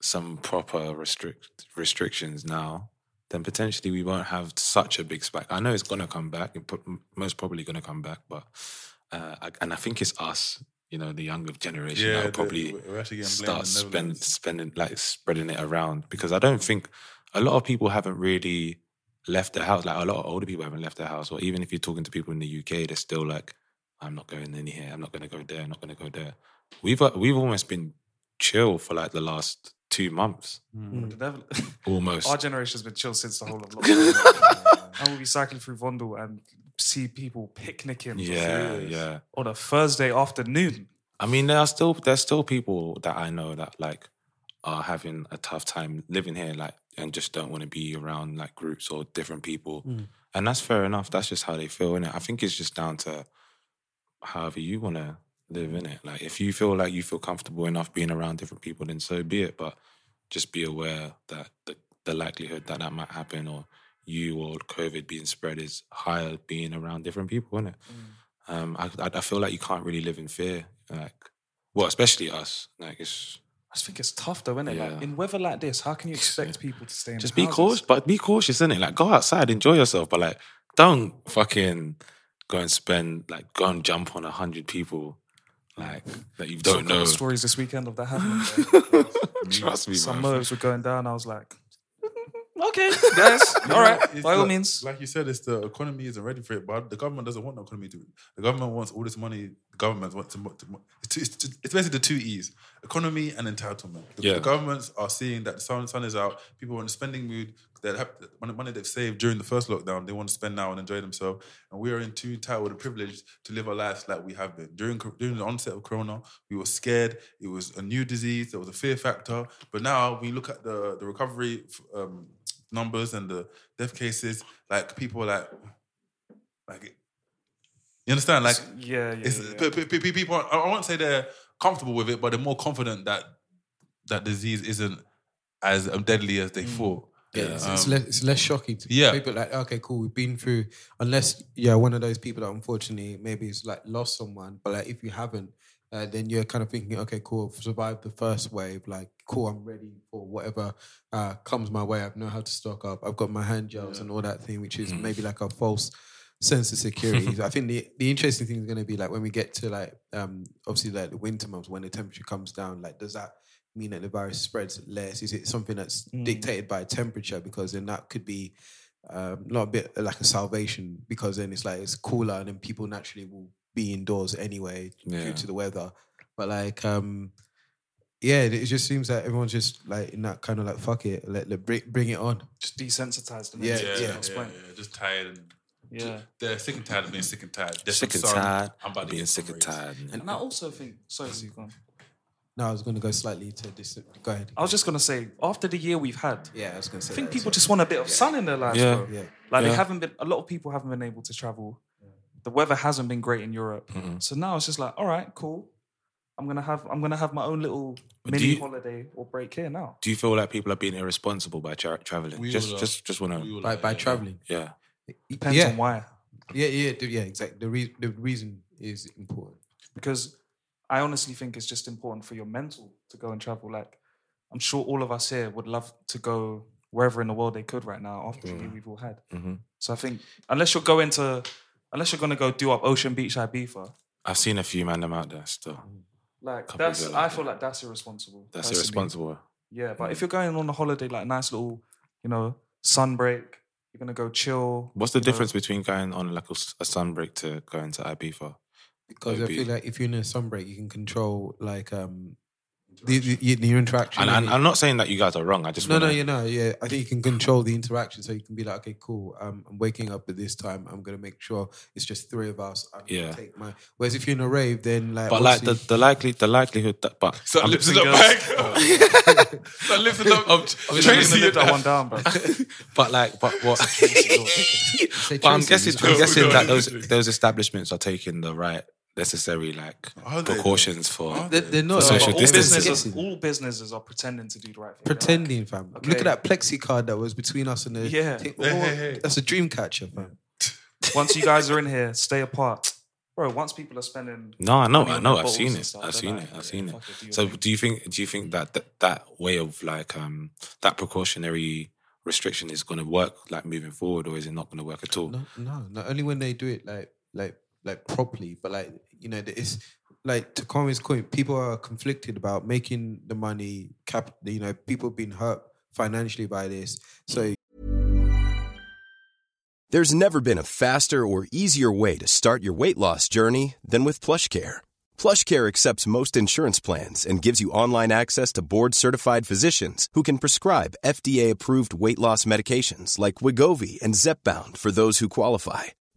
some proper restrict restrictions now, then potentially we won't have such a big spike. I know it's gonna come back; it pro- most probably gonna come back, but uh, I, and I think it's us, you know, the younger generation Yeah, that will the- probably we're actually getting blamed in start the spend, Netherlands. spending like spreading it around because I don't think a lot of people haven't really left the house. Like a lot of older people haven't left their house, or even if you're talking to people in the UK, they're still like, "I'm not going in here. I'm not going to go there. I'm not going to go there." We've uh, we've almost been chill for like the last two months, The devil- almost. Our generation's been chill since the whole of lockdown. and we'll be cycling through Vondel and see people picnicking. for yeah, free yeah. On a Thursday afternoon. I mean, there are still there's still people that I know that like are having a tough time living here, like and just don't want to be around like groups or different people, and that's fair enough. That's just how they feel, innit? I think it's just down to however you want to live in it. Like if you feel like you feel comfortable enough being around different people, then so be it. But just be aware that the, the likelihood that that might happen or you or COVID being spread is higher being around different people, isn't it? Um, I, I I feel like you can't really live in fear, like well, especially us. Like it's I just think it's tough though, innit? Yeah. Like, in weather like this, how can you expect people to stay in just their be houses? cautious, but be cautious, innit? Like go outside, enjoy yourself, but like don't fucking go and spend like go and jump on a hundred people like that you Saw a don't couple know. stories this weekend of that happening. bro. Trust me, Some man. moves were going down. I was like, okay, guys, all right, It's by all like- means. Like you said, it's the economy isn't ready for it, but the government doesn't want the economy to. The government wants all this money. The government wants to. mo- to mo- It's, two, it's, two- it's basically the two E's: economy and entitlement. The, Yeah. the governments are seeing that the sun, sun is out. People are in a spending mood. That have the money they've saved during the first lockdown, they want to spend now and enjoy themselves. And we are in too entitled and privileged to live our lives like we have been during co- during the onset of Corona. We were scared. It was a new disease. There was a fear factor. But now we look at the the recovery. f- Um, numbers and the death cases, like people are like, like, you understand? Like, Yeah, yeah, it's, yeah. pe- pe- pe- people. Aren't, I won't say they're comfortable with it, but they're more confident that that disease isn't as um, deadly as they thought. Mm. Yeah, it's, Um, it's, less, it's less shocking to yeah. people. Like, okay, cool, we've been through. Unless you're one of those people that unfortunately maybe it's like lost someone, but like if you haven't, uh, then you're kind of thinking, okay, cool, I've survived the first wave. Like, cool, I'm ready for whatever uh, comes my way. I know how to stock up. I've got my hand gels and all that thing, which is maybe like a false sense of security. I think the, the interesting thing is going to be like when we get to like um obviously like the winter months when the temperature comes down. Like, does that mean that the virus spreads less? Is it something that's Mm. dictated by temperature? Because then that could be um, not a bit like a salvation because then it's like it's cooler and then people naturally will be indoors anyway Yeah. due to the weather. But like um yeah, it it just seems like everyone's just like in that kind of like fuck it, let, let bring, bring it on. Just desensitized. Yeah, yeah, yeah. yeah, yeah, Just tired and Yeah. they're sick and tired of being sick and tired. They're Sick and sorry, tired. I'm I'm about to being get sick some and rest. tired. And I also think, sorry, so you've gone. No, I was going to go slightly to this. Go ahead. I was just going to say, after the year we've had, Yeah, I was going to say. I think that people as just want a bit of sun in their lives, Yeah. bro. Yeah. Like Yeah. they haven't been, a lot of people haven't been able to travel. The weather hasn't been great in Europe. Mm-hmm. So now it's just like, all right, cool. I'm gonna have I'm gonna have my own little But do mini you- holiday or break here now. Do you feel like people are being irresponsible by tra- traveling? We just, all are. just, just want We to. all well. like, by by yeah, traveling. Yeah. Depends yeah. on why. Yeah, yeah, yeah, exactly. The re- the reason is important. Because I honestly think it's just important for your mental to go and travel. Like I'm sure all of us here would love to go wherever in the world they could right now after the year we've all had. Mhm. So I think unless you're going to unless you're gonna go do up Ocean Beach Ibiza, I've seen a few man them out there still. Mm. like Can't that's believe it. I feel like that's irresponsible. That's personally. irresponsible. Yeah, but if you're going on a holiday, like a nice little, you know, sun break, you're gonna go chill. What's the you know. difference between going on like a, s- a sunbreak to going to Ibiza? Because I Maybe. feel like if you're in a sunbreak, you can control like um the, the, the interaction. And, with and it. I'm not saying that you guys are wrong. I just No, wanna, no, you know, yeah. I think you can control the interaction, so you can be like, okay, cool. Um, I'm waking up at this time. I'm gonna make sure it's just three of us. I'm gonna Yeah. Take my. Whereas if you're in a rave, then like, But like the, obviously- the likely the likelihood that but Start I'm- lifting up bag. Start lifting up. I'm You're Tracy. gonna live that one down, bro. but like but what but Tracy, I'm guessing it's I'm Tracy. guessing that those those establishments are taking the right necessary like Are they, though? precautions for they? they're, they're not For But social all, distancing. businesses, all businesses are pretending to do the right thing. They're like, pretending, fam. Look Okay. at that plexi card that was between us and the. Yeah. thing. Hey, hey, Oh, hey. That's a dream catcher, fam. once you guys are in here, stay apart, bro. Once people are spending, No, I know, money I on know, their I've bottles seen and it. stuff, I've they're seen like, it. I've yeah, seen it. fuck do your So thing. do you think do you think that that, that way of like um that precautionary restriction is gonna work like moving forward or is it not gonna work at all? No, no, not only when they do it like like like properly, but like you know, it's like to Conway's point, people are conflicted about making the money. Cap, you know, people being hurt financially by this, so There's never been a faster or easier way to start your weight loss journey than with PlushCare. PlushCare accepts most insurance plans and gives you online access to board-certified physicians who can prescribe FDA-approved weight loss medications like Wigovi and Zepbound for those who qualify.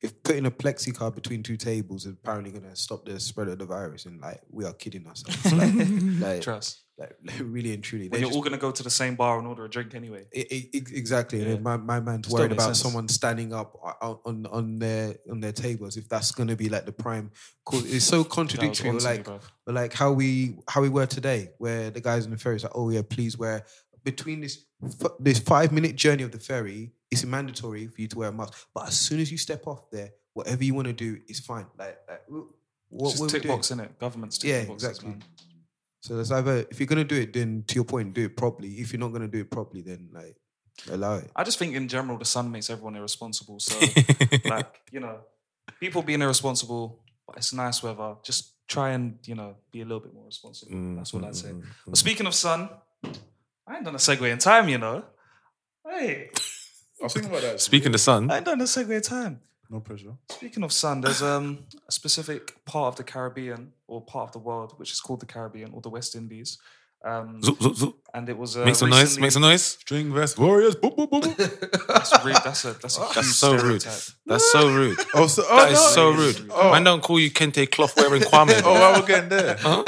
if putting a plexi card between two tables is apparently going to stop the spread of the virus, and like we are kidding ourselves, like, like, trust. like, really and truly, When they're you're all gonna go to the same bar and order a drink anyway. I- I- I- E-, exactly. And Yeah. then my, my man's Still worried makes about sense. someone standing up on, on on their on their tables if that's going to be like the prime cause. It's so That was contradictory. on We're to me, like bro. we're like how we how we were today, where the guys on the ferry is like, oh yeah, please wear between this f- this five minute journey of the ferry. It's mandatory for you to wear a mask, but as soon as you step off there, whatever you want to do is fine. Like, like wh- what what It's are we just tick doing? box in it. Government's tick Yeah, boxes, exactly. man. So that's either if you're gonna do it, then to your point, do it properly. If you're not gonna do it properly, then like allow it. I just think in general the sun makes everyone irresponsible. So like, you know, people being irresponsible, but it's nice weather. Just try and, you know, be a little bit more responsible. Mm, That's all I'd say. But speaking of sun, I ain't done a segue in time, you know. Hey, I was thinking about that. Speaking to sun, I ain't done a segue in time. No pressure. Speaking of sun, there's um, a specific part of the Caribbean or part of the world which is called the Caribbean or the West Indies, Um, Zoop, zoop, zoop. And it was uh, Make some noise, recently- make some noise. String vest warriors. Boop, boop, boop, That's rude. That's a that's a huge That's so rude. stereotype. That's so rude. Oh, so- oh, that is no. so rude. Oh. Man don't call you Kente cloth wearing Kwame. Oh, I was getting there. Bro,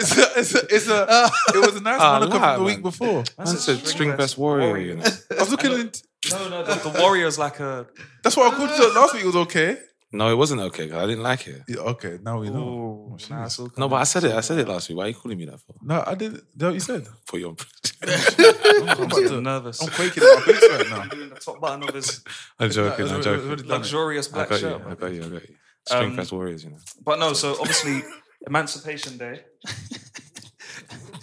it's a, it's a, it's a, it was a nice Ah, monocle lie, from the man. week before. That's a string vest warrior. You know. I was looking into. No, no, the, the warrior's like a. That's what I called you last week. It was okay. No, it wasn't okay. 'cause I didn't like it. Yeah, okay, now we know. Oh, nah, it's shit. all No, but I said it. I said it last week. Why are you calling me that for? no, I didn't. Is that what you said? For your, I'm about so to- nervous. I'm quaking in my boots right now. Doing the top button of his I'm joking. I'm it's joking. already done it. luxurious I black got you. shirt. I man. got you. I got you. String Um, vest warriors. You know. But no, so obviously Emancipation Day.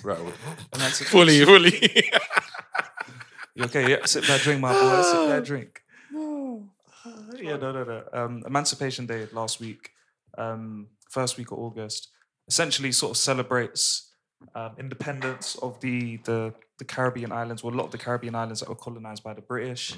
Right. well, Emancipation. Fully, fully. You okay, yeah. Sip that drink, my boy. Sip that drink. yeah, no, no, no. Um, Emancipation Day last week, um, first week of August, essentially sort of celebrates um, independence of the, the the Caribbean islands, well, a lot of the Caribbean islands that were colonized by the British.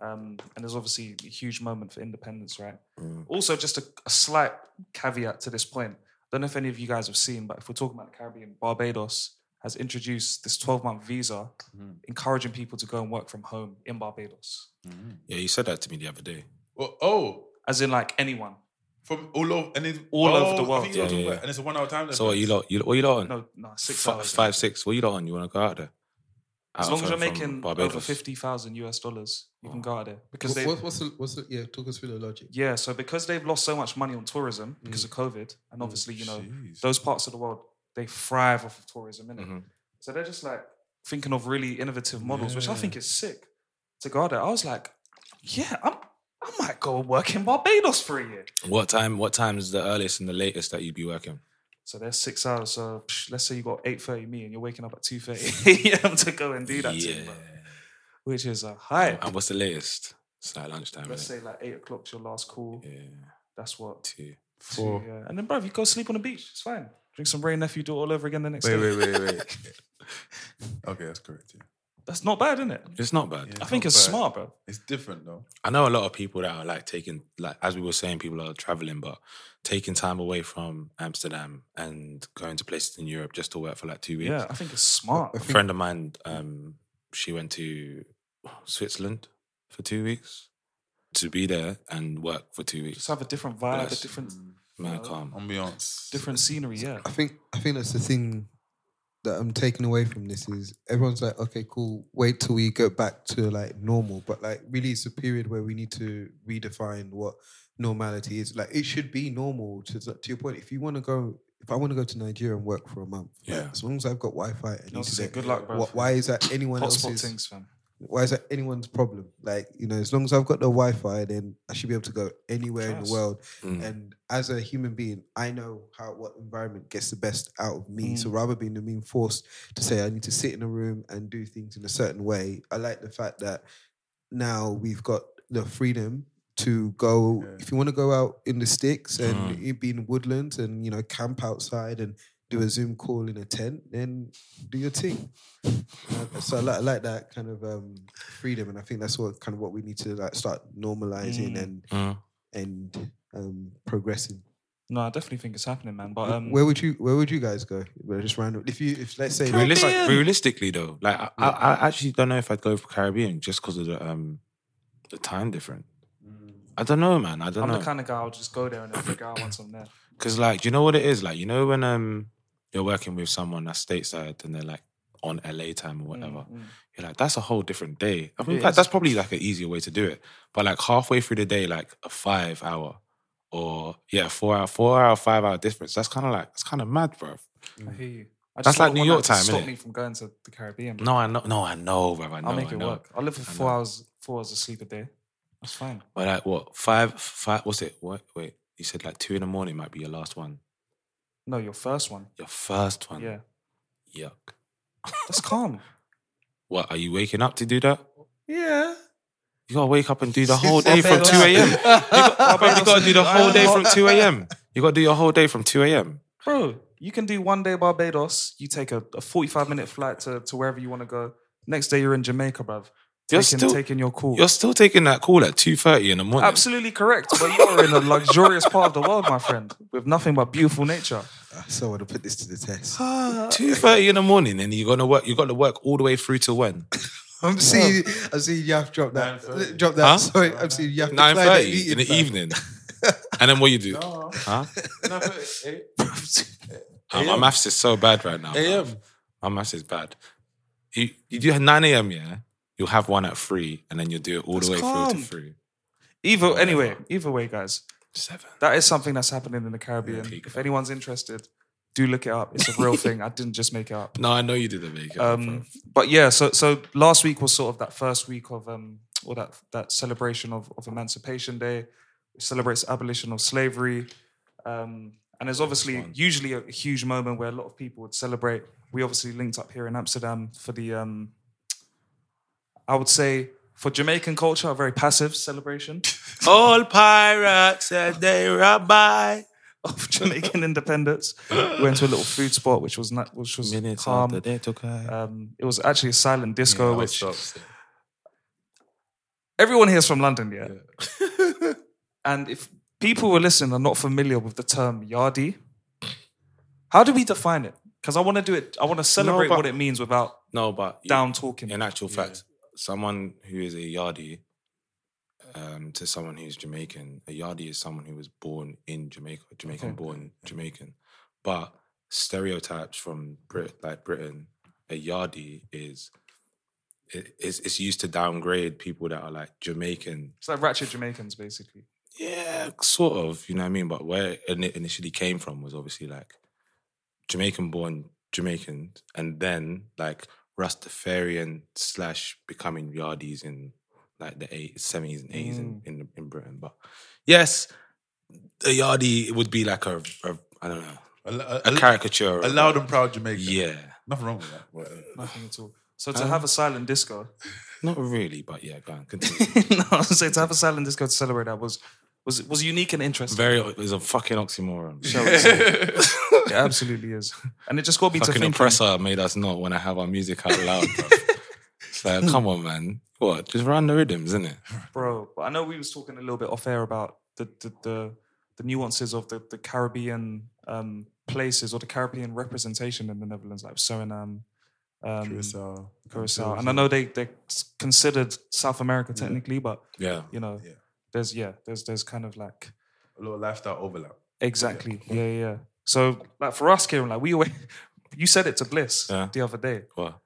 Um, and there's obviously a huge moment for independence, right? Mm. Also, just a, a slight caveat to this point. don't know if any of you guys have seen, but if we're talking about the Caribbean, Barbados has introduced this 12 month visa Mm-hmm. encouraging people to go and work from home in Barbados. Mm-hmm. Yeah, you said that to me the other day. Oh, oh, As in, like anyone. from all over and it's All oh, over the I world. think you know what I'm Yeah, talking yeah, about. yeah. And it's a one-hour time. So what you difference. lot, you lot, what you lot on? No, no, six Fi- hours. five, six. What you lot on? You want to go out there? As Out long as you're from- from making Barbados. over 50,000 US dollars, you can go out there. Because What, they, what- what's the, what's the, yeah, talk us through the logic. yeah, so because they've lost so much money on tourism Mm. because of COVID, and obviously, you know, Jeez. those parts of the world, they thrive off of tourism, innit? Mm-hmm. Mhm. So they're just like thinking of really innovative models, which I think is sick to go out there. I was like, yeah, I'm, I might go and work in Barbados for a year. What time? What time is the earliest and the latest that you'd be working? So there's six hours. So psh, let's say you got eight thirty me, and you're waking up at two thirty a.m. to go and do that, to you, Yeah. bro, which is a hype. And what's the latest? It's like lunchtime. Let's innit? say like eight o'clock's your last call. Yeah. That's what. Two. Four. Yeah. And then, bruv, you go sleep on the beach. It's fine. Drink some rain, nephew. Do it all over again the next Wait, wait, day. wait, wait. okay, that's correct. Yeah. That's not bad, isn't it? It's not bad. I think not it's bad. smart, bro. It's different though. I know a lot of people that are like taking, like as we were saying, people are traveling, but taking time away from Amsterdam and going to places in Europe just to work for like two weeks. Yeah, I think it's smart. A friend of mine, um, she went to Switzerland for two weeks to be there and work for two weeks. Just have a different vibe, Bless. a different Um, Man, calm. Ambiance. different scenery. Yeah. I think I think that's the thing that I'm taking away from this is everyone's like, okay, cool, wait till we go back to like normal. But like really it's a period where we need to redefine what normality is. Like it should be normal to to your point. If you want to go if I want to go to Nigeria and work for a month, like, Yeah. as long as I've got Wi Fi and was gonna say, internet, good luck, bruv. wh- why is that anyone Hotspot else's things, fam. why is that anyone's problem? Like, you know, as long as I've got the Wi Fi, then I should be able to go anywhere in the Trust. world. Mm. And as a human being, I know how what environment gets the best out of me. Mm. So rather than being- being forced to say I need to sit in a room and do things in a certain way, I like the fact that now we've got the freedom to go if you want to go out in the sticks and it be in woodlands and you know camp outside and do a zoom call in a tent then do your thing Uh, so I like, I like that kind of um, freedom and i think that's what kind of what we need to like start normalizing and Mm. and um, progressing No, I definitely think it's happening, man. But um, where would you where would you guys go Well, just random if you if let's say Realis- Caribbean. realistically, though, like I, I, I actually don't know if I'd go for Caribbean just because of the um the time difference. I don't know, man. I don't Mm. I'm know. the kind of guy I'll just go there and then figure out once I'm there. Cause like, do you know what it is? Like, you know when um you're working with someone that's stateside and they're like on LA time or whatever, you're like, that's a whole different day. I mean, Mm. It that, is. that's probably like an easier way to do it. But like halfway through the day, like a five hour or yeah, four hour, four hour, five hour difference. That's kind of like that's kind of mad, bro. Mm. I hear you. I That's just like don't New want York that time, to stop innit? me from going to the Caribbean. bro. No, I know, no, I know, bro. I know, I'll make I it know. work. I live for four hours, four hours of sleep a day. That's fine. But like what five, five? What's it? What? Wait, you said like two in the morning might be your last one. No, your first one. Your first one. Yeah, Yuck. that's calm. What are you waking up to do that? yeah. You gotta wake up and do the whole day from 2 a.m. You, got, bro, you gotta do the whole day from 2 a.m. You gotta do your whole day from 2 a.m. Bro, you can do one day Barbados. You take a, a 45 minute flight to, to wherever you want to go. Next day, you're in Jamaica, bruv. You're taking, still- taking your call. You're still taking that call at two thirty in the morning. Absolutely correct. But you are in a luxurious part of the world, my friend, with nothing but beautiful nature. So I'd put this to the test. Two thirty in the morning, and you're gonna work. You got to work all the way through to when? I'm seeing, I'm seeing Yaf drop that. Drop that. Huh? Sorry, I'm seeing Yaf decline Nine that thirty meeting, in the E- fam. evening. and then what you do? Huh? No, but eh, Uh, my AM. maths is so bad right now. AM. bruv. My maths is bad. You, you do 9 a.m., yeah? You'll have one at 3, and then you'll do it all the way That's through calm. to 3. Either anyway, either way, guys. Seven. That is something that's happening in the Caribbean. if anyone's interested, do look it up. It's a real thing. I didn't just make it up. No, I know you did the makeup. Um, but yeah, so so last week was sort of that first week of um, or that that celebration of, of Emancipation Day, which celebrates abolition of slavery, um, and there's obviously usually a huge moment where a lot of people would celebrate. We obviously linked up here in Amsterdam for the, um, I would say for Jamaican culture, a very passive celebration. All pirates said they rabbi. Of Jamaican independence. We went to a little food spot, which was not, which was calm. after they took her. Um, it was actually a silent disco, Yeah, I was which shocked. everyone here's from London, yeah. and if people who are listening are not familiar with the term yardie, how do we define it? Because I want to do it. I want to celebrate but- what it means without No, but down talking. In actual fact, someone who is a yardie um, to someone who's Jamaican, a yardie is someone who was born in Jamaica, Jamaican born Jamaican. But stereotypes from Brit, like Britain, a yardie is it, it's, it's used to downgrade people that are like Jamaican, It's like ratchet Jamaicans, basically. yeah, sort of. You know what I mean? But where it ini- initially came from was obviously like Jamaican-born Jamaicans, and then like Rastafarian slash becoming yardies in like the eight, 70s and eighties in, in in Britain. But yes, a yardie would be like a, a I don't know A, a- a caricature, of- A loud and proud Jamaican. Yeah, Nothing wrong with that. but, uh, Nothing at all. So to Um, have a silent disco, not really, but yeah, go on, continue. no, I was saying to have a silent disco to celebrate that was was was unique and interesting. Very, it was a fucking oxymoron. shall we say. it absolutely is, and it just got me to fucking thinking. oppressor made us not want to have our music out loud. bruv. it's like, come on, man. What? Just run the rhythms, isn't it? bro. But I know we was talking a little bit off air about the the the, the nuances of the the Caribbean um, places or the Caribbean representation in the Netherlands, like Suriname, um, Curacao. Curacao, and I know they they considered South America technically, but Yeah. you know, there's yeah, there's there's kind of like A little lifestyle overlap. exactly, yeah, yeah. yeah. So like for us, Kieran, like we always, you said it to Bliss Yeah. the other day. What?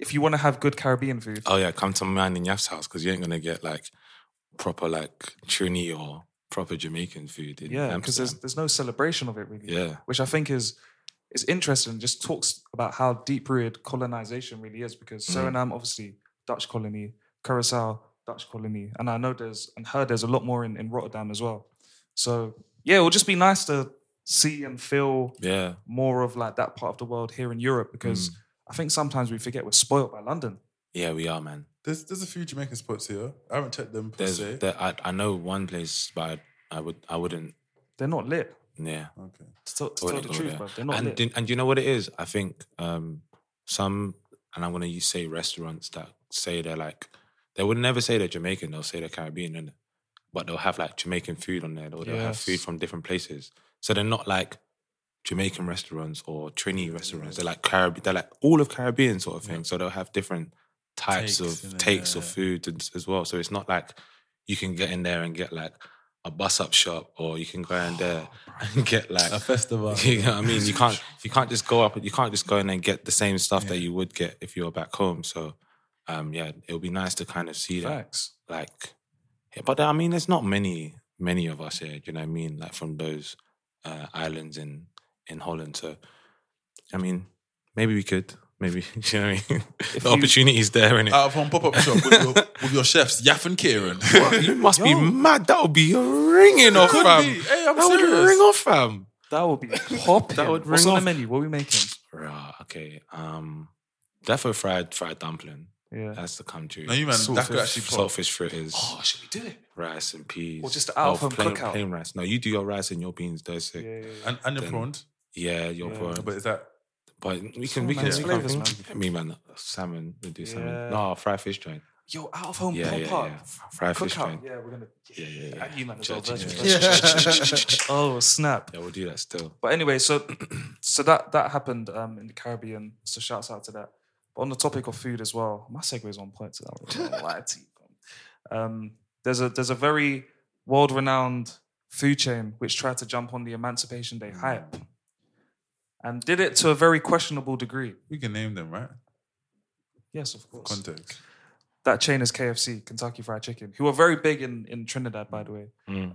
If you want to have good Caribbean food, Oh yeah, come to man in Yaf's house because you ain't gonna get like proper like Trini or proper Jamaican food. In yeah, because there's Amsterdam. there's no celebration of it really. yeah, which I think is is interesting. Just talks about how deep rooted colonization really is, because Mm. Suriname, obviously Dutch colony, Curacao, Dutch colony, and I know there's and heard there's a lot more in, in Rotterdam as well. So yeah, it would just be nice to see and feel yeah. more of like that part of the world here in Europe, because Mm. I think sometimes we forget we're spoiled by London. Yeah, we are, man. There's there's a few Jamaican spots here. I haven't checked them per There's se. there, I, I know one place, but I, I would I wouldn't. They're not lit. Yeah. Okay. To tell, to I tell wouldn't the go truth, there. bro, they're not Oh, and lit. do- and do you know what it is? I think um, some, and I'm gonna use, say restaurants that say they're like, they would never say they're Jamaican. They'll say they're Caribbean, innit? but they'll have like Jamaican food on there, or they'll have food Yes. from different places. So they're not like Jamaican restaurants or Trini restaurants. They're like Caribbean. They're like all of Caribbean sort of thing. So they'll have different types Takes, of innit? takes of Yeah. food and- as well. So it's not like you can get in there and get like a bus up shop, or you can go in there Oh, and get like A festival. you know what I mean? You can't you can't just go up you can't just go in and get the same stuff that you would get if you were back home. So um yeah, it would be nice to kind of see Facts. that. Like yeah, but I mean there's not many many of us here, do you know what I mean? Like from those uh, islands in in Holland. So I mean, maybe we could. Maybe you know what I mean? the you- opportunity's there, innit? Out of home pop up shop with your, with your chefs, Yaff and Kieran. you must be mad. That would be ringing off, Could fam. be. Hey, I'm that would serious. ring off, fam. That would be pop. That would What's ring on off. the menu? What are we making? Rah, okay. Um, defo fried fried dumpling. Yeah. That's the come true. No, you man, that could Saltfish- actually pop. saltfish fritters, Oh, should we do it? rice and peas, Or just out of Oh, home plain, cookout. plain rice. No, you do your rice and your beans. Those Yeah, sick. yeah, yeah. and, and your Then- prawns. Yeah, your Yeah. prawn. But is that But we Oh, can we man, can it's we flavours, can- man. I mean, man, salmon. We do salmon. Yeah. No, fried fish joint. Yo, out of home Yeah, pop yeah, up. yeah. Fried fish Cookout. joint. Yeah, we're gonna. Yeah, yeah, And you man as well. Judge, virgin. yeah. oh snap! Yeah, we'll do that still. But anyway, so so that that happened um, in the Caribbean. So shouts out to that. But on the topic of food as well, my segue is on point to that. one. I won't lie to you, fam. um, there's a there's a very world renowned food chain which tried to jump on the Emancipation Mm. Day hype and did it to a very questionable degree. We can name them, right? Yes, of course. Context. That chain is KFC, Kentucky Fried Chicken, who are very big in, in Trinidad, by the way.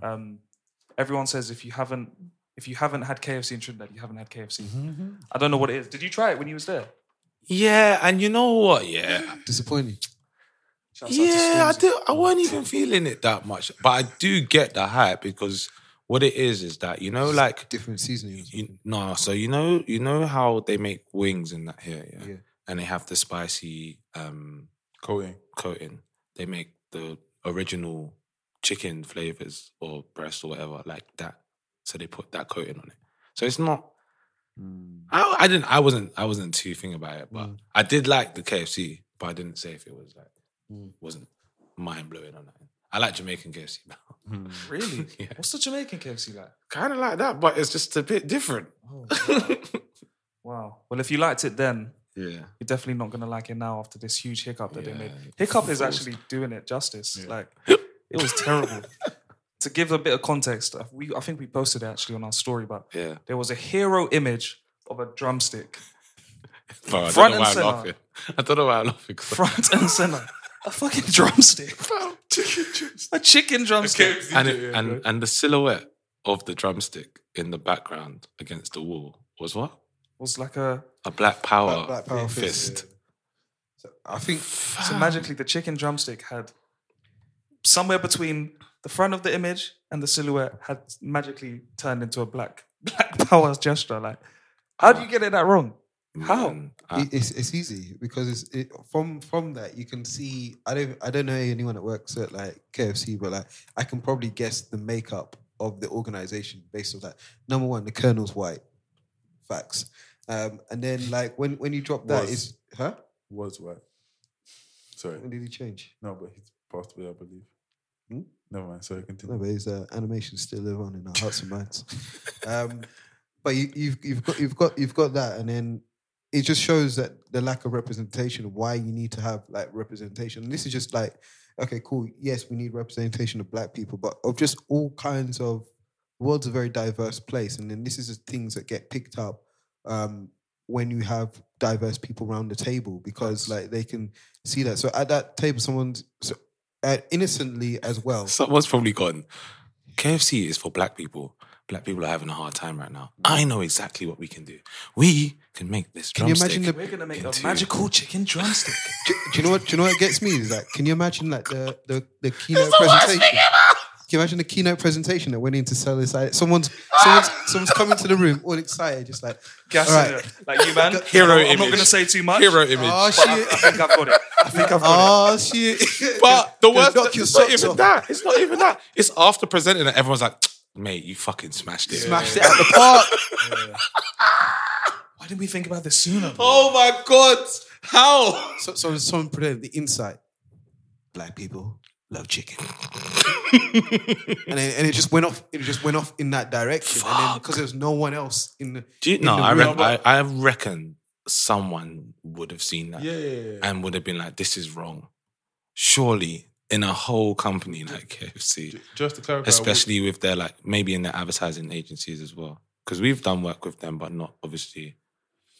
Um, everyone says if you haven't if you haven't had KFC in Trinidad, you haven't had KFC. Mm-hmm. Mm-hmm. I don't know what it is. Did you try it when you was there? Yeah, and you know what? Yeah, Mm. disappointing. Shouts out to Yeah, I Stormzy. do. I wasn't even feeling it that much, but I do get the hype because what it is is that you know, like different seasoning. You, no, so you know, you know how they make wings in that here, yeah, Yeah. and they have the spicy um coating. Coating. They make the original chicken flavors or breast or whatever like that. So they put that coating on it. So it's not. Mm. I, I didn't. I wasn't. I wasn't too thinking about it, but I did like the KFC, but I didn't say if it was like wasn't mind blowing or nothing. I like Jamaican KFC now. Really? What's the Jamaican KFC like? Kind of like that, but it's just a bit different. Wow. Well, if you liked it then, Yeah. you're definitely not going to like it now after this huge hiccup that they made. Hiccup is actually doing it justice. Like, it was terrible. to give a bit of context, uh, we I think we posted it actually on our story, but Yeah. there was a hero image of a drumstick, Bro, I don't Front know and why I'm center. laughing. I don't know why I'm laughing. front and center. A fucking drumstick. a chicken drumstick. and, it, and and the silhouette of the drumstick in the background against the wall was what? was like a. A black power, Black Power fist. fist, I think so. Magically, the chicken drumstick had somewhere between the front of the image and the silhouette had magically turned into a black black power gesture. Like, how do you get it that wrong? How? It- it's, it's easy because it's it, from from that you can see. I don't I don't know anyone that works at like KFC, but like I can probably guess the makeup of the organization based on that. Number one, the colonel's white, facts, um, and then like when when you drop that, Was. it's huh? Was what? Sorry. When did he change? No, but he's passed away, I believe. Hmm? Never mind. Sorry, continue. No, but his uh, animations still live on in our hearts and minds. um, but you, you've you've got you've got you've got that, and then it just shows that the lack of representation. Why you need to have like representation. And this is just like, okay, cool. Yes, we need representation of black people, but of just all kinds of. The world's a very diverse place, and then this is the things that get picked up um, when you have diverse people around the table because like they can see that. So at that table, someone's so, uh, innocently as well. Someone's probably gone. KFC is for black people. Black people are having a hard time right now. I know exactly what we can do. We can make this Can you drumstick. imagine the- We're gonna make into- a magical chicken drumstick. do, do you know what? Do you know what gets me is like, can you imagine like the the, the keynote presentation? Can you imagine the keynote presentation that went in to sell this? I- Someone's someone's, someone's coming to the room all excited, just like, Gas all in right, it. Like you, man. Hero I'm not image. gonna say too much. Hero image. oh but I, shit, I think I've got it. I think I've got oh shit. But the worst, knock your it's not socks even off. that. It's not even that. It's after presenting it, everyone's like, mate, you fucking smashed it. Smashed it at the park. it. Why didn't we think about this sooner? bro? Oh my God. How? So, so someone presented the insight. Black people love chicken, and it, and it just went off. It just went off in that direction, and then because there's no one else in the. Do you, in no, the I, room. reckon, I, I reckon someone would have seen that Yeah, yeah, yeah. and would have been like, this is wrong. Surely, in a whole company like KFC, Just to clarify, especially with their like maybe in their advertising agencies as well because we've done work with them but not obviously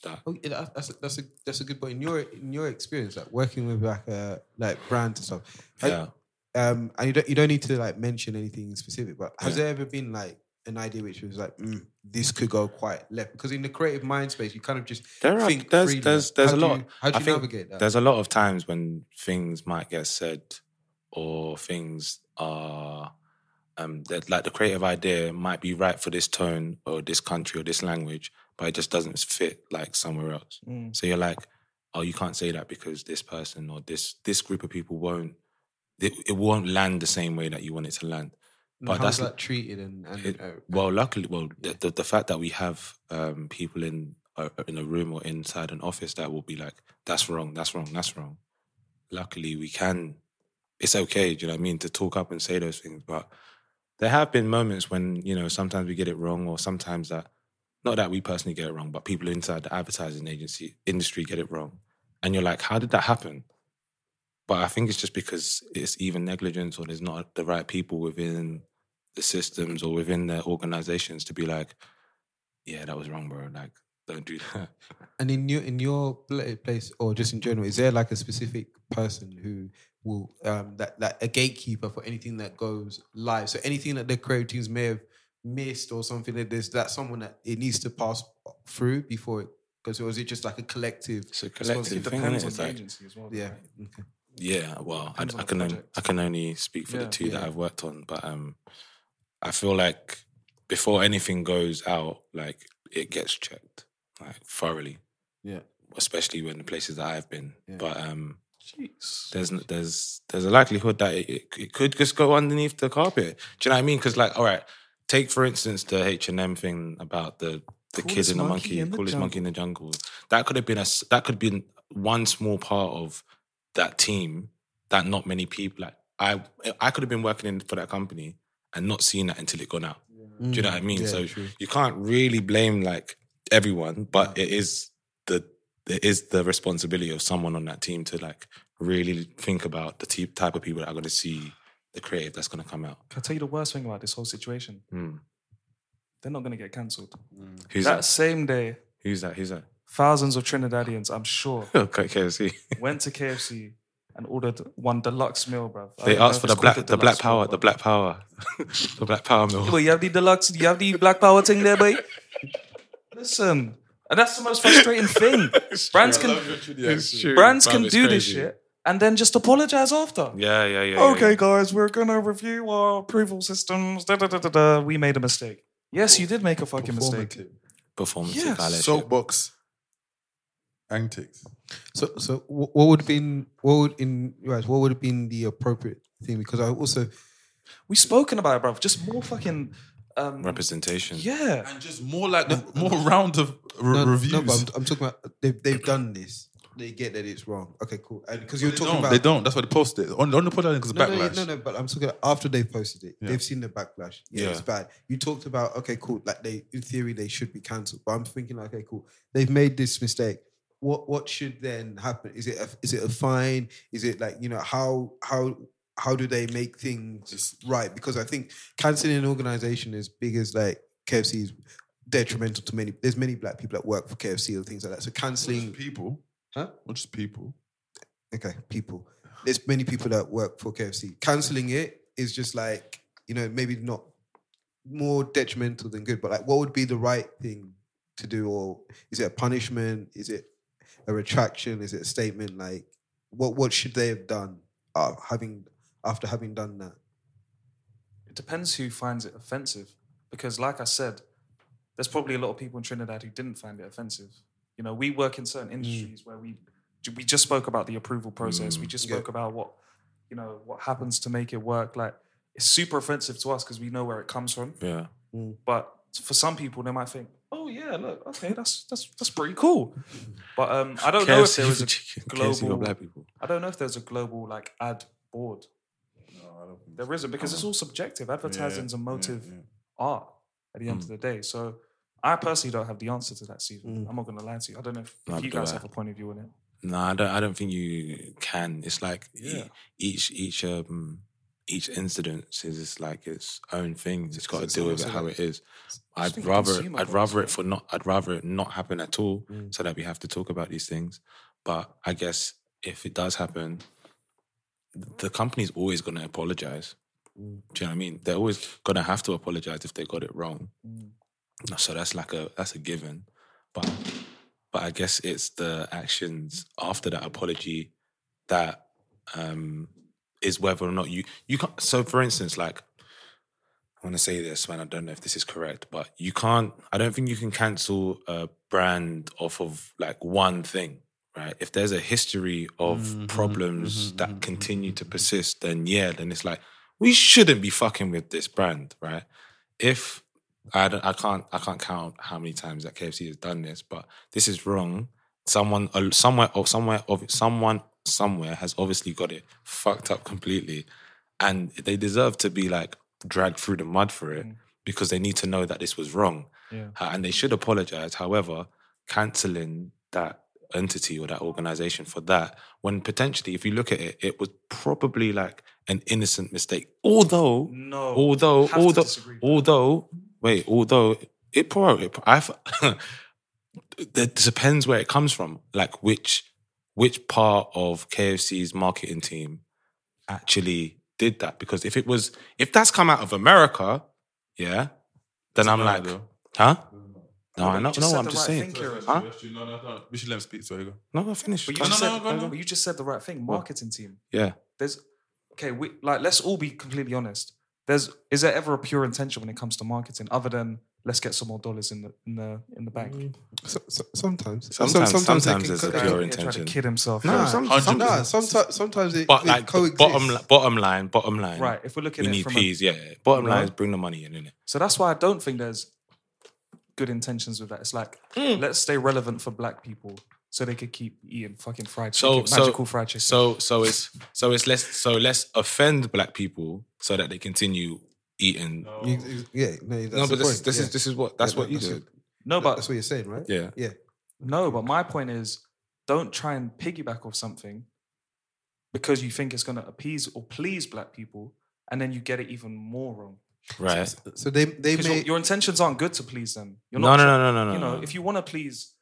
that Oh, yeah, that- that's a, that's a that's a good point. In your in your experience, like working with like uh, like brands and stuff, I- yeah um, and you don't you don't need to like mention anything specific, but has Yeah. there ever been like an idea which was like, mm, this could go quite left? Because in the creative mind space, you kind of just there are think there's freely. there's, there's How a do lot You, how do I you think navigate that? there's a lot of times when things might get said or things are um that like the creative idea might be right for this tone or this country or this language but it just doesn't fit like somewhere else Mm. so you're like oh you can't say that because this person or this this group of people won't it, it won't land the same way that you want it to land And but how that's is that treated and, and it- uh, well, luckily, well, the, the, the fact that we have um, people uh, in uh, in a room or inside an office that will be like, "That's wrong, that's wrong, that's wrong," luckily we can it's okay, do you know what I mean, to talk up and say those things. But there have been moments when, you know, sometimes we get it wrong or sometimes that not that we personally get it wrong, but people inside the advertising agency industry get it wrong. And you're like, how did that happen? But I think it's just because it's even negligence or there's not the right people within the systems or within their organizations to be like, yeah, that was wrong, bro. Like, don't do that. And in your in your pla- place, or just in general, is there like a specific person who will um, that that a gatekeeper for anything that goes live? So anything that the creative teams may have missed or something like this, that's someone that it needs to pass through before it goes. Or is it just like a collective? It's a collective thing, innit? It's like- yeah. Yeah, well, I, Depends on I the can only, project. I can only speak for Yeah. the two that Yeah. I've worked on, but um, I feel like before anything goes out, like it gets checked like thoroughly, Yeah. especially when the places that I've been. Yeah. But um, there's n- there's there's a likelihood that it, it, it could just go underneath the carpet. Do you know what I mean? Because like, all right, take for instance the H and M thing about the the Coolest kid and the monkey monkey, in the coolest monkey in the jungle. That could have been a s- that could have been one small part of that team that not many people like I I could have been working in for that company and not seen that until it gone out. Do you know what I mean? Yeah, so true. you can't really blame like everyone, but it is the it is the responsibility of someone on that team to like really think about the te- type of people that are going to see the creative that's going to come out. Can I tell you the worst thing about this whole situation? Mm. They're not going to get cancelled. Who's that, that? same day, Who's that? Who's that? thousands of Trinidadians, I'm sure, Okay, KFC. went to KFC and ordered one deluxe meal, bro. They asked for the black, the black power, the black power, the black power mill. Well, you have the deluxe, you have the black power thing there, boy. Listen, and that's the most frustrating thing. brands true. can, I love your Trinidad It's accent. true, brands bruv, can it's do this crazy. shit and then just apologize after. Yeah, yeah, yeah. okay, guys, we're gonna review our approval systems. Da, da, da, da, da. We made a mistake. Yes, you did make a fucking mistake. Performance Yes. Soapbox. Antics. So, so wh- what would have been what would in you guys what would have been the appropriate thing? Because I also We've spoken about it, bruv. Just more fucking. Um, representation. yeah, and just more like more round of re- no, reviews. No, but I'm, I'm talking about they've, they've done this. They get that it's wrong. Okay, cool. Because you're They talking don't, about they don't. That's why they post it on, on the podcast because no, backlash. No, no, no, but I'm talking after they've posted it, Yeah. they've seen the backlash. Yeah, Yeah. it's bad. You talked about okay, cool. Like they, in theory, they should be cancelled. But I'm thinking, like, okay, cool. They've made this mistake. What what should then happen? Is it a, is it a fine? Is it like you know how how how do they make things right? Because I think cancelling an organization as big as like KFC is detrimental to many. There's many black people that work for KFC or things like that. So cancelling people, huh? Not just people. Okay, people. There's many people that work for KFC. Canceling it is just like, you know, maybe not more detrimental than good, but like what would be the right thing to do? Or is it a punishment? Is it a retraction? Is it a statement? Like what what should they have done uh, having after having done that? it depends who finds it offensive. Because, like I said, there's probably a lot of people in Trinidad who didn't find it offensive. You know, we work in certain industries where we we just spoke about the approval process. Mm. We just Yeah. spoke about what you know what happens to make it work. Like it's super offensive to us because we know where it comes from. Yeah. But for some people, they might think, "Oh yeah, look, okay, that's that's that's pretty cool." But um, I don't know if KFC there was a for chicken- global. KFC for black people. I don't know if there's a global like ad board. No, I don't think there isn't because it's all subjective. Advertising's a motive art at the end of the day. So I personally don't have the answer to that, Hmm. Stephen. I'm not going to lie to you. I don't know if, if Neither you do guys I. have a point of view on it. No, I don't. I don't think you can. It's like e- Yeah. each each um each incident is it's like its own thing. It's got to it's deal with it also- how it is. just I'd think rather consumer Mm. I'd products, rather it for not I'd rather it not happen at all, so that we have to talk about these things. But I guess if it does happen, the company's always going to apologize. Mm. Do you know what I mean? They're always going to have to apologize if they got it wrong. Mm. So that's like a that's a given. But but I guess it's the actions after that apology that um is whether or not you you can't so for instance, like I want to say this, man. I don't know if this is correct, but you can't. I don't think you can cancel a brand off of like one thing, right? If there's a history of problems that continue to persist, then yeah, then it's like we shouldn't be fucking with this brand, right? If I don't, I can't, I can't count how many times that KFC has done this, but this is wrong. Someone, uh, somewhere, or somewhere, of someone, somewhere has obviously got it fucked up completely, and they deserve to be like dragged through the mud for it because they need to know that this was wrong. Yeah. Uh, and they should apologize. However, canceling that entity or that organization for that, when potentially, if you look at it, it was probably like an innocent mistake. Although, No, although, have to although, disagree with although, wait, although it probably, I, f- it depends where it comes from. Like which, which part of KFC's marketing team actually did that? Because if it was, if that's come out of America, yeah, then I'm like, huh? No, I know. Just No, said I'm the just right saying. thing, Kieran. Huh? No, no, no. We should let him speak. So you go. No, no, finish. But you, Go on. just Go said, on. no, but you just said the right thing. Marketing team. Yeah. There's okay. We like let's all be completely honest. There's is there ever a pure intention when it comes to marketing other than let's get some more dollars in the in the in the bank? So, so, sometimes. Sometimes- Some- sometimes they there's a co- Guy Mm. pure over here trying to intention. kid himself. Nah, Right. some, Hundred some, nah, percent. sometimes, sometimes it, But it like the coexists. bottom li- bottom line, bottom line. Right, if we're looking we at it need from a- peas. yeah, yeah. Bottom Right. line is bring the money in, innit? So that's why I don't think there's good intentions with that. It's like Hmm. let's stay relevant for black people so they could keep eating fucking fried So chicken, so magical fried chicken. So so it's so it's less so less offend black people so that they continue eating. You- you- Yeah, no, that's No, the but this, point, this yeah. is this is what that's Yeah, what you that's do. no, but That's what you're saying, right? Yeah. Yeah. No, but my point is don't try and piggyback off something because you think it's going to appease or please black people and then you get it even more wrong. Right. So they they Because your, made your intentions aren't good to please them. You're No, not no, try- no, no, no, You no, know, no. if you want to please,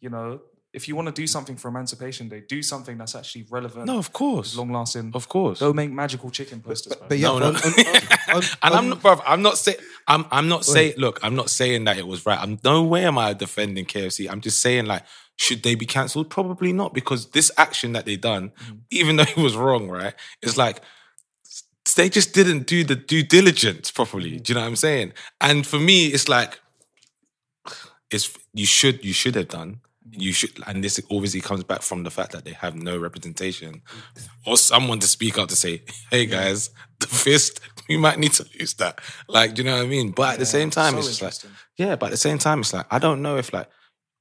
you know, if you want to do something for Emancipation Day, do something that's actually relevant. No, of course. Long lasting. Of course. Go make magical chicken posters. But, but yeah, No, no. on- on- on- And I'm on- not, bruv, I'm not saying, I'm, I'm not saying. Look, I'm not saying that it was right. I'm no way am I defending KFC. I'm just saying like, should they be cancelled? Probably not, because this action that they done, even though it was wrong, right? It's like s- they just didn't do the due diligence properly. Do you know what I'm saying? And for me, it's like, it's you should you should have done. Mm-hmm. You should, and this obviously comes back from the fact that they have no representation Mm-hmm. or someone to speak up to say, "Hey guys, the fist, we might need to lose that." Like, do you know what I mean? But at the same time, so it's just like, interesting. yeah. But at the same time, it's like I don't know if like,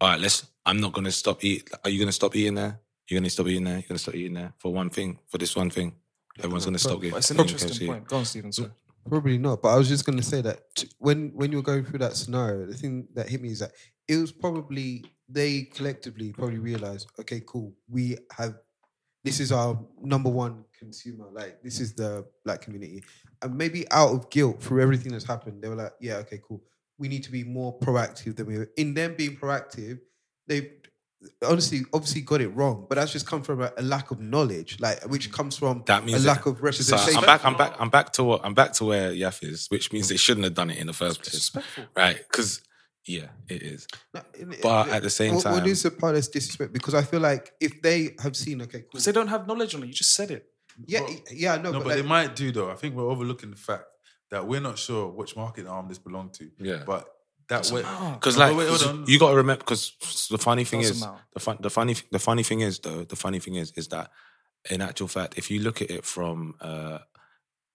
all right, let's. I'm not gonna stop eat. Are you gonna stop eating there? You're gonna stop eating there. You're gonna stop eating there for one thing. For this one thing, everyone's gonna stop eating. But it's an eating interesting KFC. point. Go on, Stephen. Sorry. Probably not, but I was just going to say that t- when when you were going through that scenario, the thing that hit me is that it was probably they collectively probably realized, okay, cool, we have this is our number one consumer, like this is the black community, and maybe out of guilt for everything that's happened, they were like, yeah, okay, cool, we need to be more proactive than we were. In them being proactive, they honestly obviously got it wrong, but that's just come from a, a lack of knowledge, like which comes from That means a that- lack of So representation. I'm back. I'm back. I'm back to what I'm back to where Yaf is, which means they shouldn't have done it in the first place, right? Because yeah, it is. But at the same what, time, what is the part that's disrespect? Because I feel like if they have seen, okay, cool. Because they don't have knowledge on it. You just said it. yeah, yeah, no, no No, but, but, like, they might do though. I think we're overlooking the fact that we're not sure which market arm this belonged to. Yeah. But that way, Because No, like wait, hold on. you got to remember. Because the funny thing Doesn't is, matter. the fun, the funny, the funny thing is though, the funny thing is, is that in actual fact, if you look at it from, uh,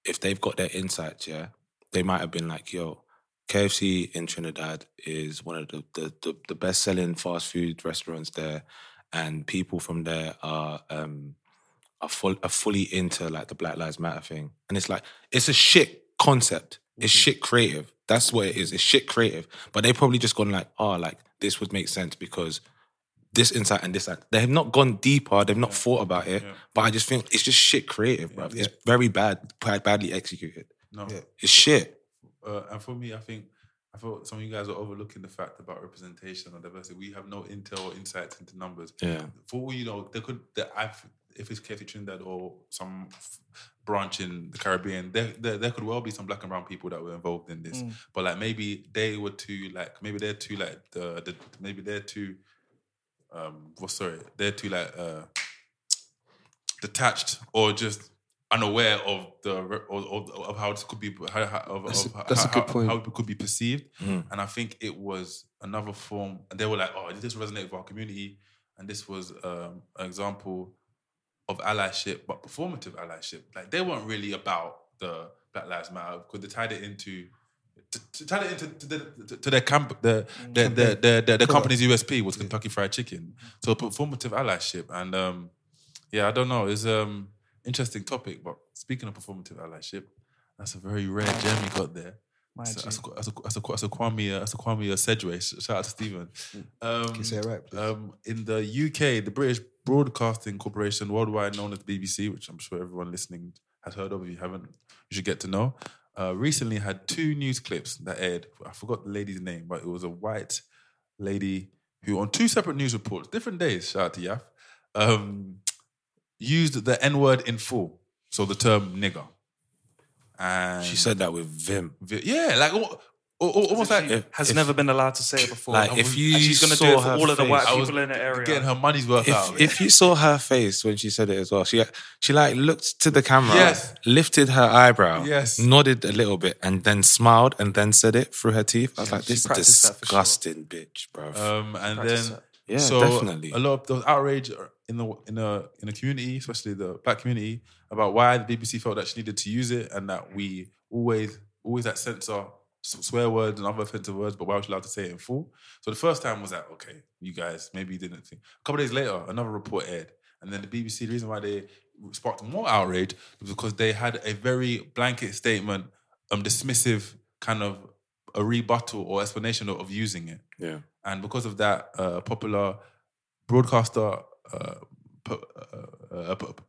if they've got their insights, yeah, they might have been like, yo, KFC in Trinidad is one of the the, the, the best selling fast food restaurants there, and people from there are um are, full, are fully into like the Black Lives Matter thing, and it's like it's a shit concept. It's shit creative. That's what it is. It's shit creative. But they probably just gone like, oh, like this would make sense because this insight and this that. They have not gone deeper. They've not thought about it. But I just think it's just shit creative, bruv. It's very bad, bad, badly executed. no. It's shit. Uh, and for me, I think I thought some of you guys are overlooking the fact about representation and diversity. We have no intel or insights into numbers. Yeah. For all you know, they could. They, I've, if it's KFC Trinidad or some f- branch in the Caribbean, there, there there could well be some black and brown people that were involved in this. But like maybe they were too like maybe they're too like the, the maybe they're too um well sorry they're too like uh detached or just unaware of the re- or, or, of how this could be how, how, of, That's a- of that's a how, good point. how it could be perceived and i think it was another form and they were like oh this resonate with our community and this was um, an example of allyship but performative allyship like they weren't really about the black lives matter because they tied it into to, to tie it into to, the- to, to their camp the the the, the, the, the company's usp was kentucky fried chicken so performative allyship and um Yeah, I don't know. It's um interesting topic, but speaking of performative allyship, that's a very rare gem you got there. My So G. That's a, that's, a, that's, a, that's a Kwame, uh, that's a Kwame Sedgway. Shout out to Stephen. Um, say it right, um, in the UK, the British Broadcasting Corporation, worldwide known as the BBC, which I'm sure everyone listening has heard of. If you haven't, you should get to know. Uh, recently had two news clips that aired. I forgot the lady's name, but it was a white lady who, on two separate news reports, different days, shout out to Yaf, um, used the N word in full. So the term nigger. And She said that with vim. yeah, like al- al- al- almost like If- Has if- never been allowed to say it before. Like, if you and she's gonna saw do it for her all of the face- white I was people in the area. getting her money's worth out. of If, it. if you saw her face when she said it as well, she she like looked to the camera, Yes. lifted her eyebrow, Yes. nodded a little bit, and then smiled and then said it through her teeth. I was like, she this practiced that for sure. disgusting bitch, bruv. Um, and Practice then that. Yeah, so definitely. A lot of there was outrage in the in a in the community, especially the black community, about why the BBC felt that she needed to use it and that we always always that censor s- swear words and other offensive words, but why was she allowed to say it in full? So the first time was that okay, you guys maybe you didn't think. A couple days later, another report aired, and then the BBC. The reason why they sparked more outrage was because they had a very blanket statement, um, dismissive kind of a rebuttal or explanation of- of using it yeah. and because of that, uh, popular broadcaster uh, p- uh, uh, p- personality.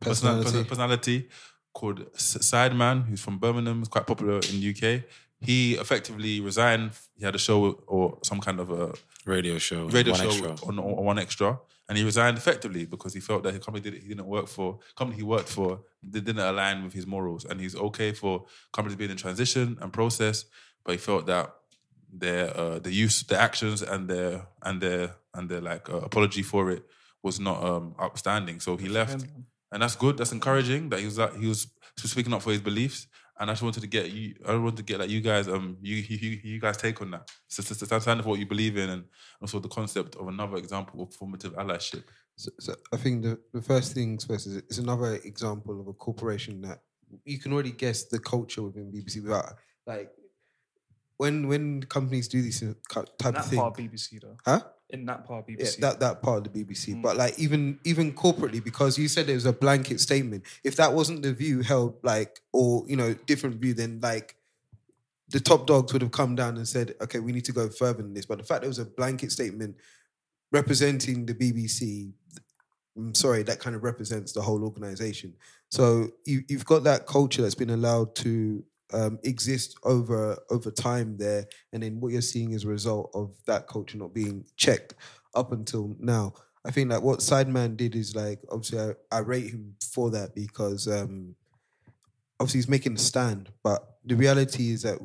Personality. personality called S- Sideman, who's from Birmingham, is quite popular in the UK. He effectively resigned. He had a show or some kind of a Radio show. radio One show Extra. on, on One Extra, and he resigned effectively because he felt that the company did, he didn't work for company he worked for they didn't align with his morals, and he's okay for companies being in transition and process, but he felt that their uh, the use, the actions, and their and their and their like uh, apology for it was not um, upstanding. So he left, and that's good. That's encouraging that he was that he was speaking up for his beliefs. And I just wanted to get you. I wanted to get like you guys. Um, you you you- you guys take on that. So, so, so stand for what you believe in, and also the concept of another example of formative allyship. So, so I think the, the first things first is it's another example of a corporation that you can already guess the culture within BBC without like when when companies do these type In of that thing, part BBC though. huh? In that part Yeah, BBC. that that part of the BBC, Mm. but like even even corporately, because you said it was a blanket statement. If that wasn't the view held, like or you know different view, then like the top dogs would have come down and said, okay, we need to go further than this. But the fact it was a blanket statement representing the BBC, I'm sorry, that kind of represents the whole organization. So you, you've got that culture that's been allowed to um, exist over over time there, and then what you're seeing is a result of that culture not being checked up until now. I think like what Sideman did is like obviously I, I rate him for that because um, obviously he's making a stand, but the reality is that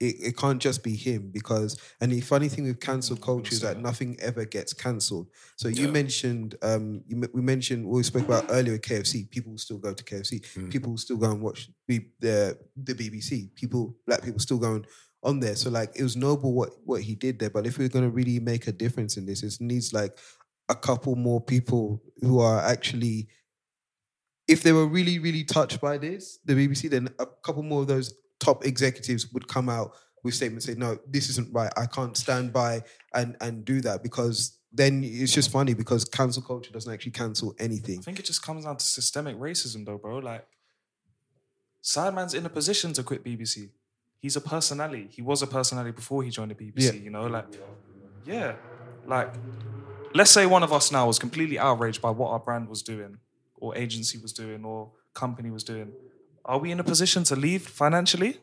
it, it can't just be him because and the funny thing with cancel culture is that nothing ever gets cancelled. So you mentioned um you, men- we mentioned we spoke about earlier with KFC. People still go to KFC. People still go and watch the the, the BBC. People black people still going on there. So like it was noble what what he did there. But if we're going to really make a difference in this, it needs like a couple more people who are actually if they were really, really touched by this, the BBC, then a couple more of those top executives would come out with statements saying, "No, this isn't right. I can't stand by and and do that because then it's just funny because cancel culture doesn't actually cancel anything." I think it just comes down to systemic racism, though, bro. Like, Sideman's in a position to quit BBC. He's a personality. He was a personality before he joined the BBC. Yeah. You know, like, yeah, like, let's say one of us now was completely outraged by what our brand was doing, or agency was doing, or company was doing. Are we in a position to leave financially?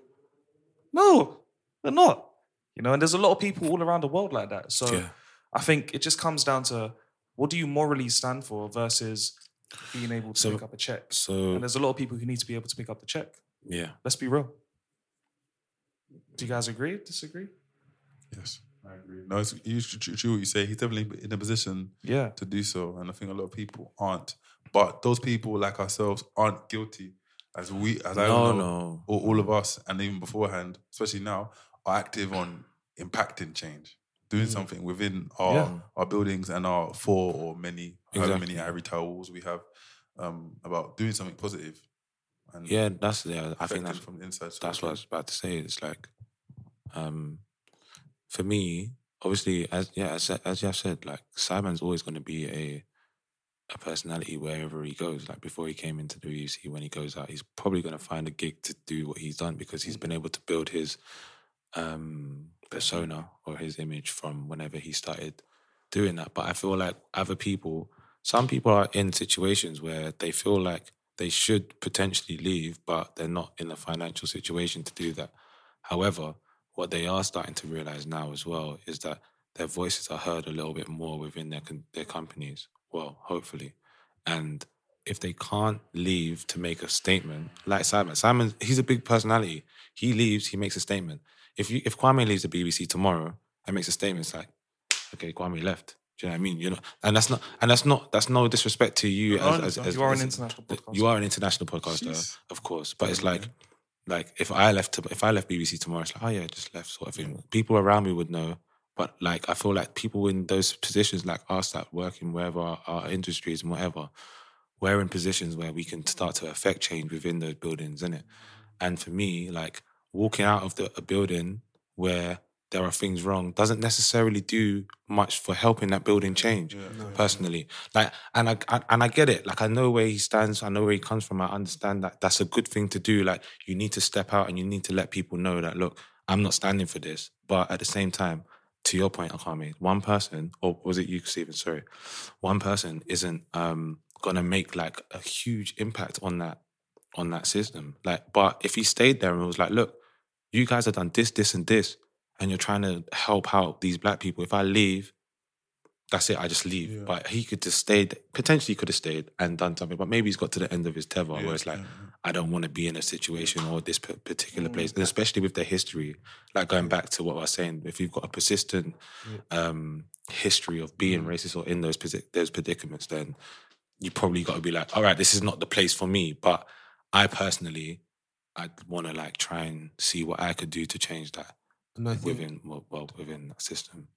No, we're not. You know, and there's a lot of people all around the world like that. So Yeah. I think it just comes down to what do you morally stand for versus being able to So- pick up a check. So and there's a lot of people who need to be able to pick up the check. yeah, Let's be real. Do you guys agree? Disagree? Yes, I agree. No, it's you should true, true what you say. He's definitely in a position Yeah. to do so, and I think a lot of people aren't. But those people like ourselves aren't guilty, as we as I No, know, no. All, all of us, and even beforehand, especially now, are active on impacting change, doing Mm. something within our Yeah. our buildings and our four or many however Exactly. many ivory towers we have um, about doing something positive. And yeah, that's yeah. I effective think that's from the inside. So that's what I was about to say. It's like, um, for me, obviously, as yeah, as as you have said, like Simon's always going to be a a personality wherever he goes. Like before he came into the UFC, when he goes out, he's probably going to find a gig to do what he's done because he's been able to build his um, persona or his image from whenever he started doing that. But I feel like other people, some people are in situations where they feel like they should potentially leave, but they're not in the financial situation to do that. However, what they are starting to realize now as well is that their voices are heard a little bit more within their com- their companies. Well, hopefully, and if they can't leave to make a statement, like Simon, Simon, he's a big personality. He leaves, he makes a statement. If you if Kwame leaves the BBC tomorrow and makes a statement, it's like, okay, Kwame left. Do you know what I mean? You know, and that's not, and that's not, that's no disrespect to you. You are an- As, as, as, you are an as- international podcaster. You are an international podcaster, Jeez. of course. But it's like, like if I left, to, if I left BBC tomorrow, it's like, oh yeah, I just left, sort of thing. People around me would know, but like, I feel like people in those positions, like us that work in wherever our, our industries and whatever, we're in positions where we can start to affect change within those buildings, innit? Mm. And for me, like walking out of the, a building where there are things wrong doesn't necessarily do much for helping that building change. personally, like, and I, I and I get it. Like, I know where he stands. I know where he comes from. I understand that that's a good thing to do. Like, you need to step out and you need to let people know that look, I'm not standing for this. But at the same time, to your point, Akami, one person, or was it you, Stephen? Sorry, one person isn't um, gonna make like a huge impact on that on that system. Like, but if he stayed there and was like, look, you guys have done this, this, and this, and you're trying to help out these black people. If I leave, that's it. I just leave. But he could just stayed. Potentially, could have stayed and done something. But maybe he's got to the end of his tether where it's like, I don't want to be in a situation or this p- particular place, and especially with their history. Like going back to what I was saying, if you've got a persistent um, history of being racist or in those partic- those predicaments, then you probably got to be like, all right, this is not the place for me. But I personally, I want to like try and see what I could do to change that And I think- within well, well within that system.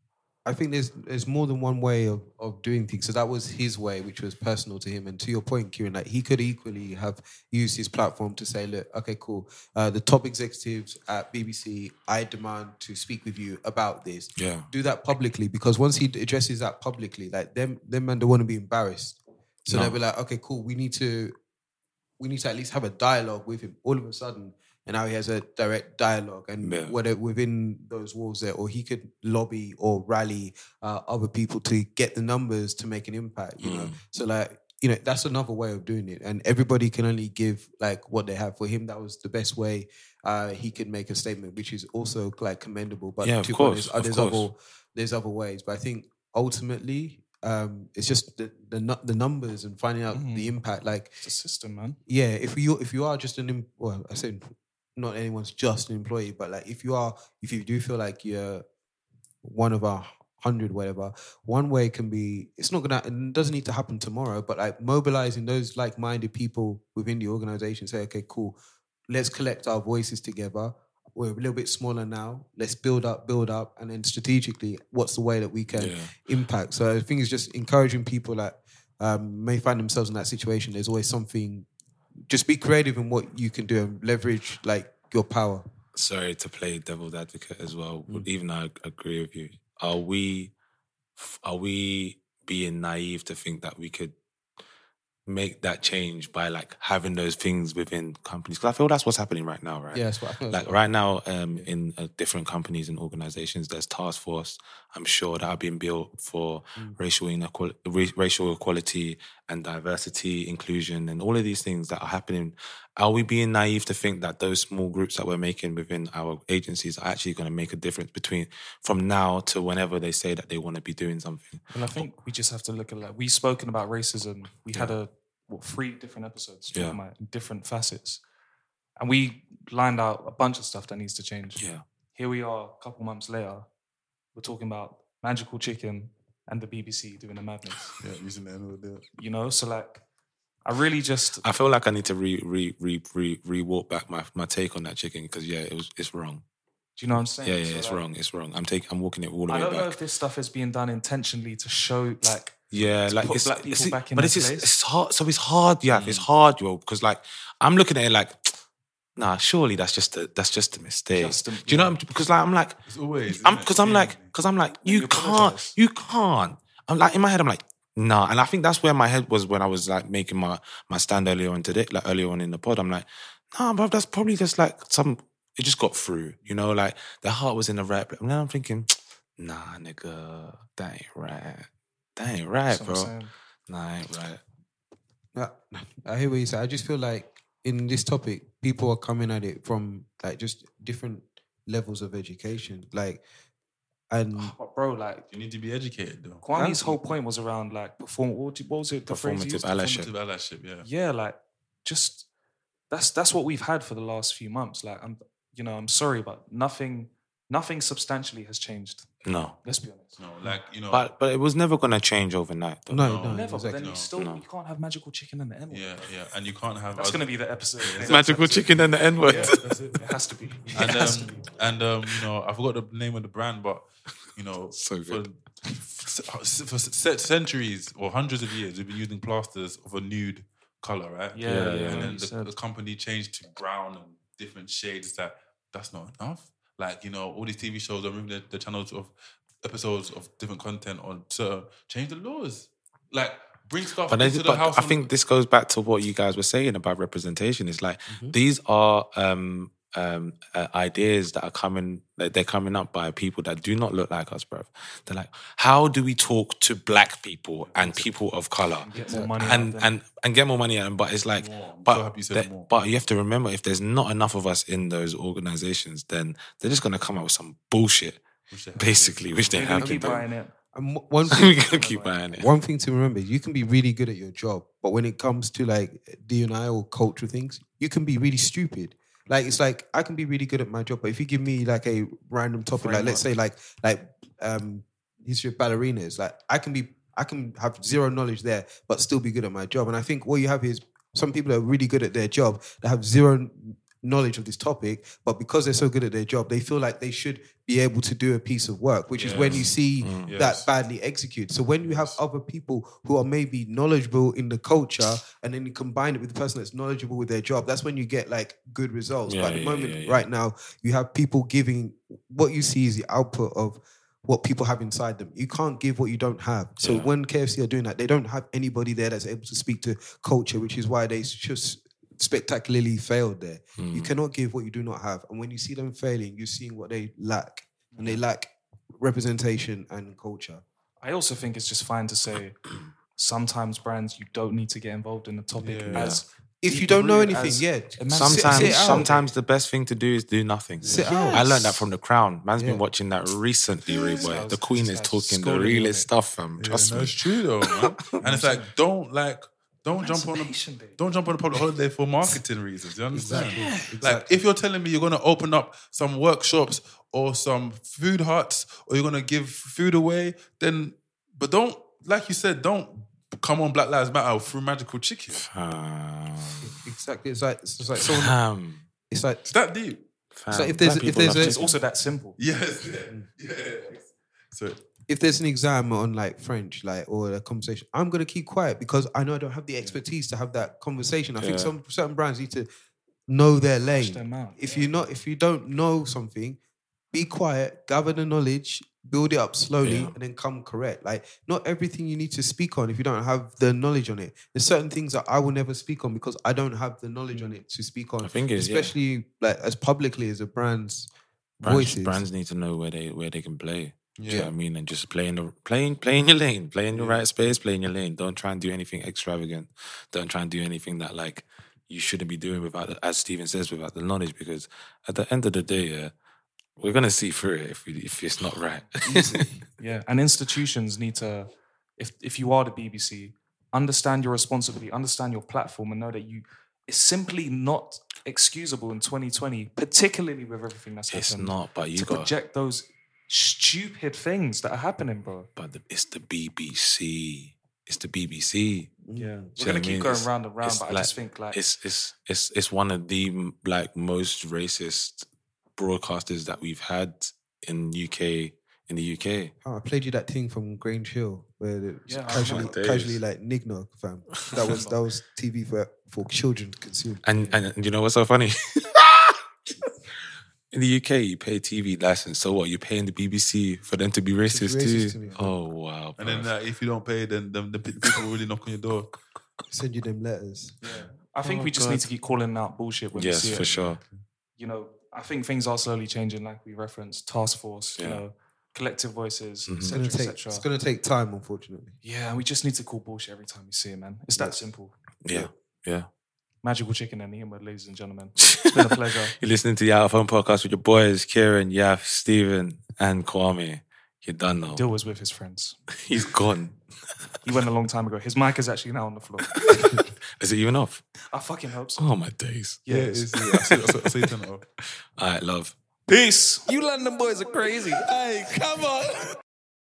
I think there's there's more than one way of, of doing things. So that was his way, which was personal to him. And to your point, Kieran, like he could equally have used his platform to say, look, okay, cool. Uh, the top executives at BBC, I demand to speak with you about this. Yeah. Do that publicly because once he addresses that publicly, like them them men don't want to be embarrassed. So No. they'll be like, okay, cool, we need to we need to at least have a dialogue with him. All of a sudden, and now he has a direct dialogue, and Yeah. whether within those walls there, or he could lobby or rally uh, other people to get the numbers to make an impact. You know, Mm. so like you know, that's another way of doing it, and everybody can only give like what they have. For him, that was the best way uh, he could make a statement, which is also like commendable. But Yeah, of to be course, honest, uh, of there's course. other there's other ways, but I think ultimately. Um, it's just the, the nu- the numbers and finding out Mm-hmm. the impact. Like it's a system, man. yeah, if you if you are just an em- well, I say not anyone's just an employee, but like if you are if you do feel like you're one of our hundred whatever, one way can be it's not gonna it doesn't need to happen tomorrow, but like mobilizing those like minded people within the organization, say okay, cool, let's collect our voices together. We're a little bit smaller now. Let's build up, build up, and then strategically, what's the way that we can Yeah. impact? So I think it's just encouraging people that um, may find themselves in that situation. There's always something just be creative in what you can do and leverage like your power. sorry to play devil's advocate as well. Even though I agree with you. Are we are we being naive to think that we could make that change by like having those things within companies? Because I feel that's what's happening right now, right? Yeah, that's what I feel. Like right now, um, in uh, different companies and organizations, there's task force. I'm sure that are being built for racial inequality, racial equality, and diversity, inclusion, and all of these things that are happening. Are we being naive to think that those small groups that we're making within our agencies are actually going to make a difference between from now to whenever they say that they want to be doing something? And I think we just have to look at like we've spoken about racism. We had a what three different episodes, Yeah. yeah. different facets, and we lined out a bunch of stuff that needs to change. Yeah. Here we are, a couple months later, we're talking about magical chicken and the BBC doing a madness. Yeah, using the end of the You know, so like, I really just I feel like I need to re re re re re walk back my, my take on that chicken because yeah, it was it's wrong. Do you know what I'm saying? Yeah, yeah, So, it's like, wrong. It's wrong. I'm taking. I'm walking it all the I way don't back. know if this stuff is being done intentionally to show like Yeah, to like put it's, black people it's- back in but their it's just, place. Mm. it's hard. So it's hard, yeah. It's hard, yo, because like I'm looking at it like, nah, surely that's just a that's just a mistake. Do you know? What I'm, because like I'm like, always, Mm. I'm because I'm like because I'm like you can't you can't. I'm like in my head I'm like Nah, and I think that's where my head was when I was like making my my stand earlier on today, like earlier on in the pod. I'm like, nah, bro, that's probably just like some. It just got through, you know. Like the heart was in the right. place. And now I'm thinking, nah, nigga, that ain't right. That ain't right, That's what I'm bro. saying. Nah, ain't right. Yeah, I hear what you say. I just feel like in this topic, people are coming at it from um, like just different levels of education. Like, and But bro, like you need to be educated though. Kwani's whole point was around like perform. What do- what was it? The phrase he used? Performative allyship, yeah. Yeah, like just that's that's what we've had for the last few months. Like I'm, you know, I'm sorry, but nothing, nothing substantially has changed. No, Let's be honest. No, like you know, but but it was never gonna change overnight. Though. never. But then you still you can't have magical chicken and the N word. yeah, yeah, and you can't have. That's gonna be the episode. Yeah, It's that's magical absolutely- chicken and the N-word. Yeah, that's it. It has to be. It And has um, to be. and um, you know, I forgot the name of the brand, but you know, for, for se- centuries or hundreds of years, we've been using plasters of a nude color, right? Yeah, Yeah, yeah. And then you the, said. the company changed to brown and different shades. That that's not enough. Like you know, all these TV shows are moving the, the channels of episodes of different content on to change the laws. Like bring stuff But, then- into the but house. I on- think this goes back to what you guys were saying about representation. It's like Mm-hmm. these are um, um, uh, ideas that are coming. That they're coming up by people that do not look like us, bruv. They're like, how do we talk to black people and people of color, get more money out and of them. and and get more money out? of them? But it's like, but that- but you have to remember if there's not enough of us in those organizations, then they're just gonna come out with some bullshit, basically, which they We're gonna have keep been doing. buying it. And w- one We're thing, gonna keep buying it. one thing to remember is you can be really good at your job, but when it comes to like DNI or cultural things, you can be really stupid. Like it's like I can be really good at my job, but if you give me like a random topic, like let's say like like um history of ballerinas, like I can be I can have zero knowledge there, but still be good at my job. And I think what you have is some people are really good at their job that have zero knowledge of this topic, but because they're so good at their job, they feel like they should be able to do a piece of work, which is when you Yes. see Mm. that Yes. badly executed. So when you have other people who are maybe knowledgeable in the culture, and then you combine it with the person that's knowledgeable with their job, that's when you get like good results. Yeah, but at the yeah, moment, yeah, yeah. right now, you have people giving what you see is the output of what people have inside them. You can't give what you don't have. So Yeah. when KFC are doing that, they don't have anybody there that's able to speak to culture, which is why they just spectacularly failed there. Hmm. You cannot give what you do not have. And when you see them failing, you're seeing what they lack. And they lack representation and culture. I also think it's just fine to say sometimes brands you don't need to get involved in the topic Yeah. as If you don't know deep-rooted anything, as- yeah. Imagine- Sometimes, sit- sit oh. out. sometimes the best thing to do is do nothing. Sit out. I learned that from The Crown. Man's been watching that recently, Ray boy. The Queen is talking scolding the on it. realest stuff, fam. Trust no, me. it's true though, man. and it's like don't like don't jump on a, don't jump on a public holiday for marketing reasons. You understand? Exactly, Like if you're telling me you're gonna open up some workshops or some food huts or you're gonna give food away, then but don't like you said, don't come on Black Lives Matter through magical chicken. Exactly. It's like it's just like someone. Fam. It's like it's that deep. So if there's if there's a, it's also that simple. Yes. Yeah. So if there's an exam on like French, like or a conversation, I'm gonna keep quiet because I know I don't have the expertise to have that conversation. I think Yeah. some certain brands need to know their lane. their mouth, If you're not, if you don't know something, be quiet, gather the knowledge, build it up slowly, Yeah. and then come correct. Like not everything you need to speak on if you don't have the knowledge on it. There's certain things that I will never speak on because I don't have the knowledge Mm. on it to speak on. I think it's- yeah. especially like as publicly as a brand's brands, voices. brands need to know where they where they can play. Do you know Yeah. what I mean? And just play in the playing playing your lane, play in the right space, play in your lane. Don't try and do anything extravagant. Don't try and do anything that like you shouldn't be doing without the, as Steven says, without the knowledge. Because at the end of the day, yeah, we're gonna see through it if we, if it's not right. Yeah, and institutions need to, if if you are the BBC, understand your responsibility, understand your platform, and know that you it's simply not excusable in 2020, particularly with everything that's It's happened. not, but you to gotta- project those stupid things that are happening, bro. but the, it's the BBC. It's the BBC. Yeah, Do we're you know what I gonna keep mean? going It's- round and round, it's but I just think like it's it's it's it's one of the m- like most racist broadcasters that we've had in UK in the UK. Oh, I played you that thing from Grange Hill where the Yeah, I casually, remember. casually like Nick Nog, fam. That was that was TV for for children to consume. And and, and you know what's so funny? In the UK, you pay a TV license. So what? You're paying the BBC for them to be racist, racist to too? me. oh wow! And then uh, if you don't pay, then then the pe- people will really knock on your door. Send you them letters. I think Oh, we just God. need to keep calling out bullshit when Yes, we see it. for sure. You know, I think things are slowly changing, like we referenced, task force, you Yeah. know, collective voices, Mm-hmm. It's etc., gonna take. etc. It's gonna take time, unfortunately. Yeah, we just need to call bullshit every time we see it, man. It's that simple. Yeah, yeah. Magical chicken and Nima, ladies and gentlemen. It's been a pleasure. You're listening to the Out of Home podcast with your boys Kieran, Yaf, Stephen, and Kwame. You're done now. Dill was with his friends. He's gone. He went a long time ago. His mic is actually now on the floor. Is it even off? I fucking hope so. Oh my days. Yeah, it is. Yeah, I see- I see- I see it on it. All right, love. Peace. You London boys are crazy. Hey, come on.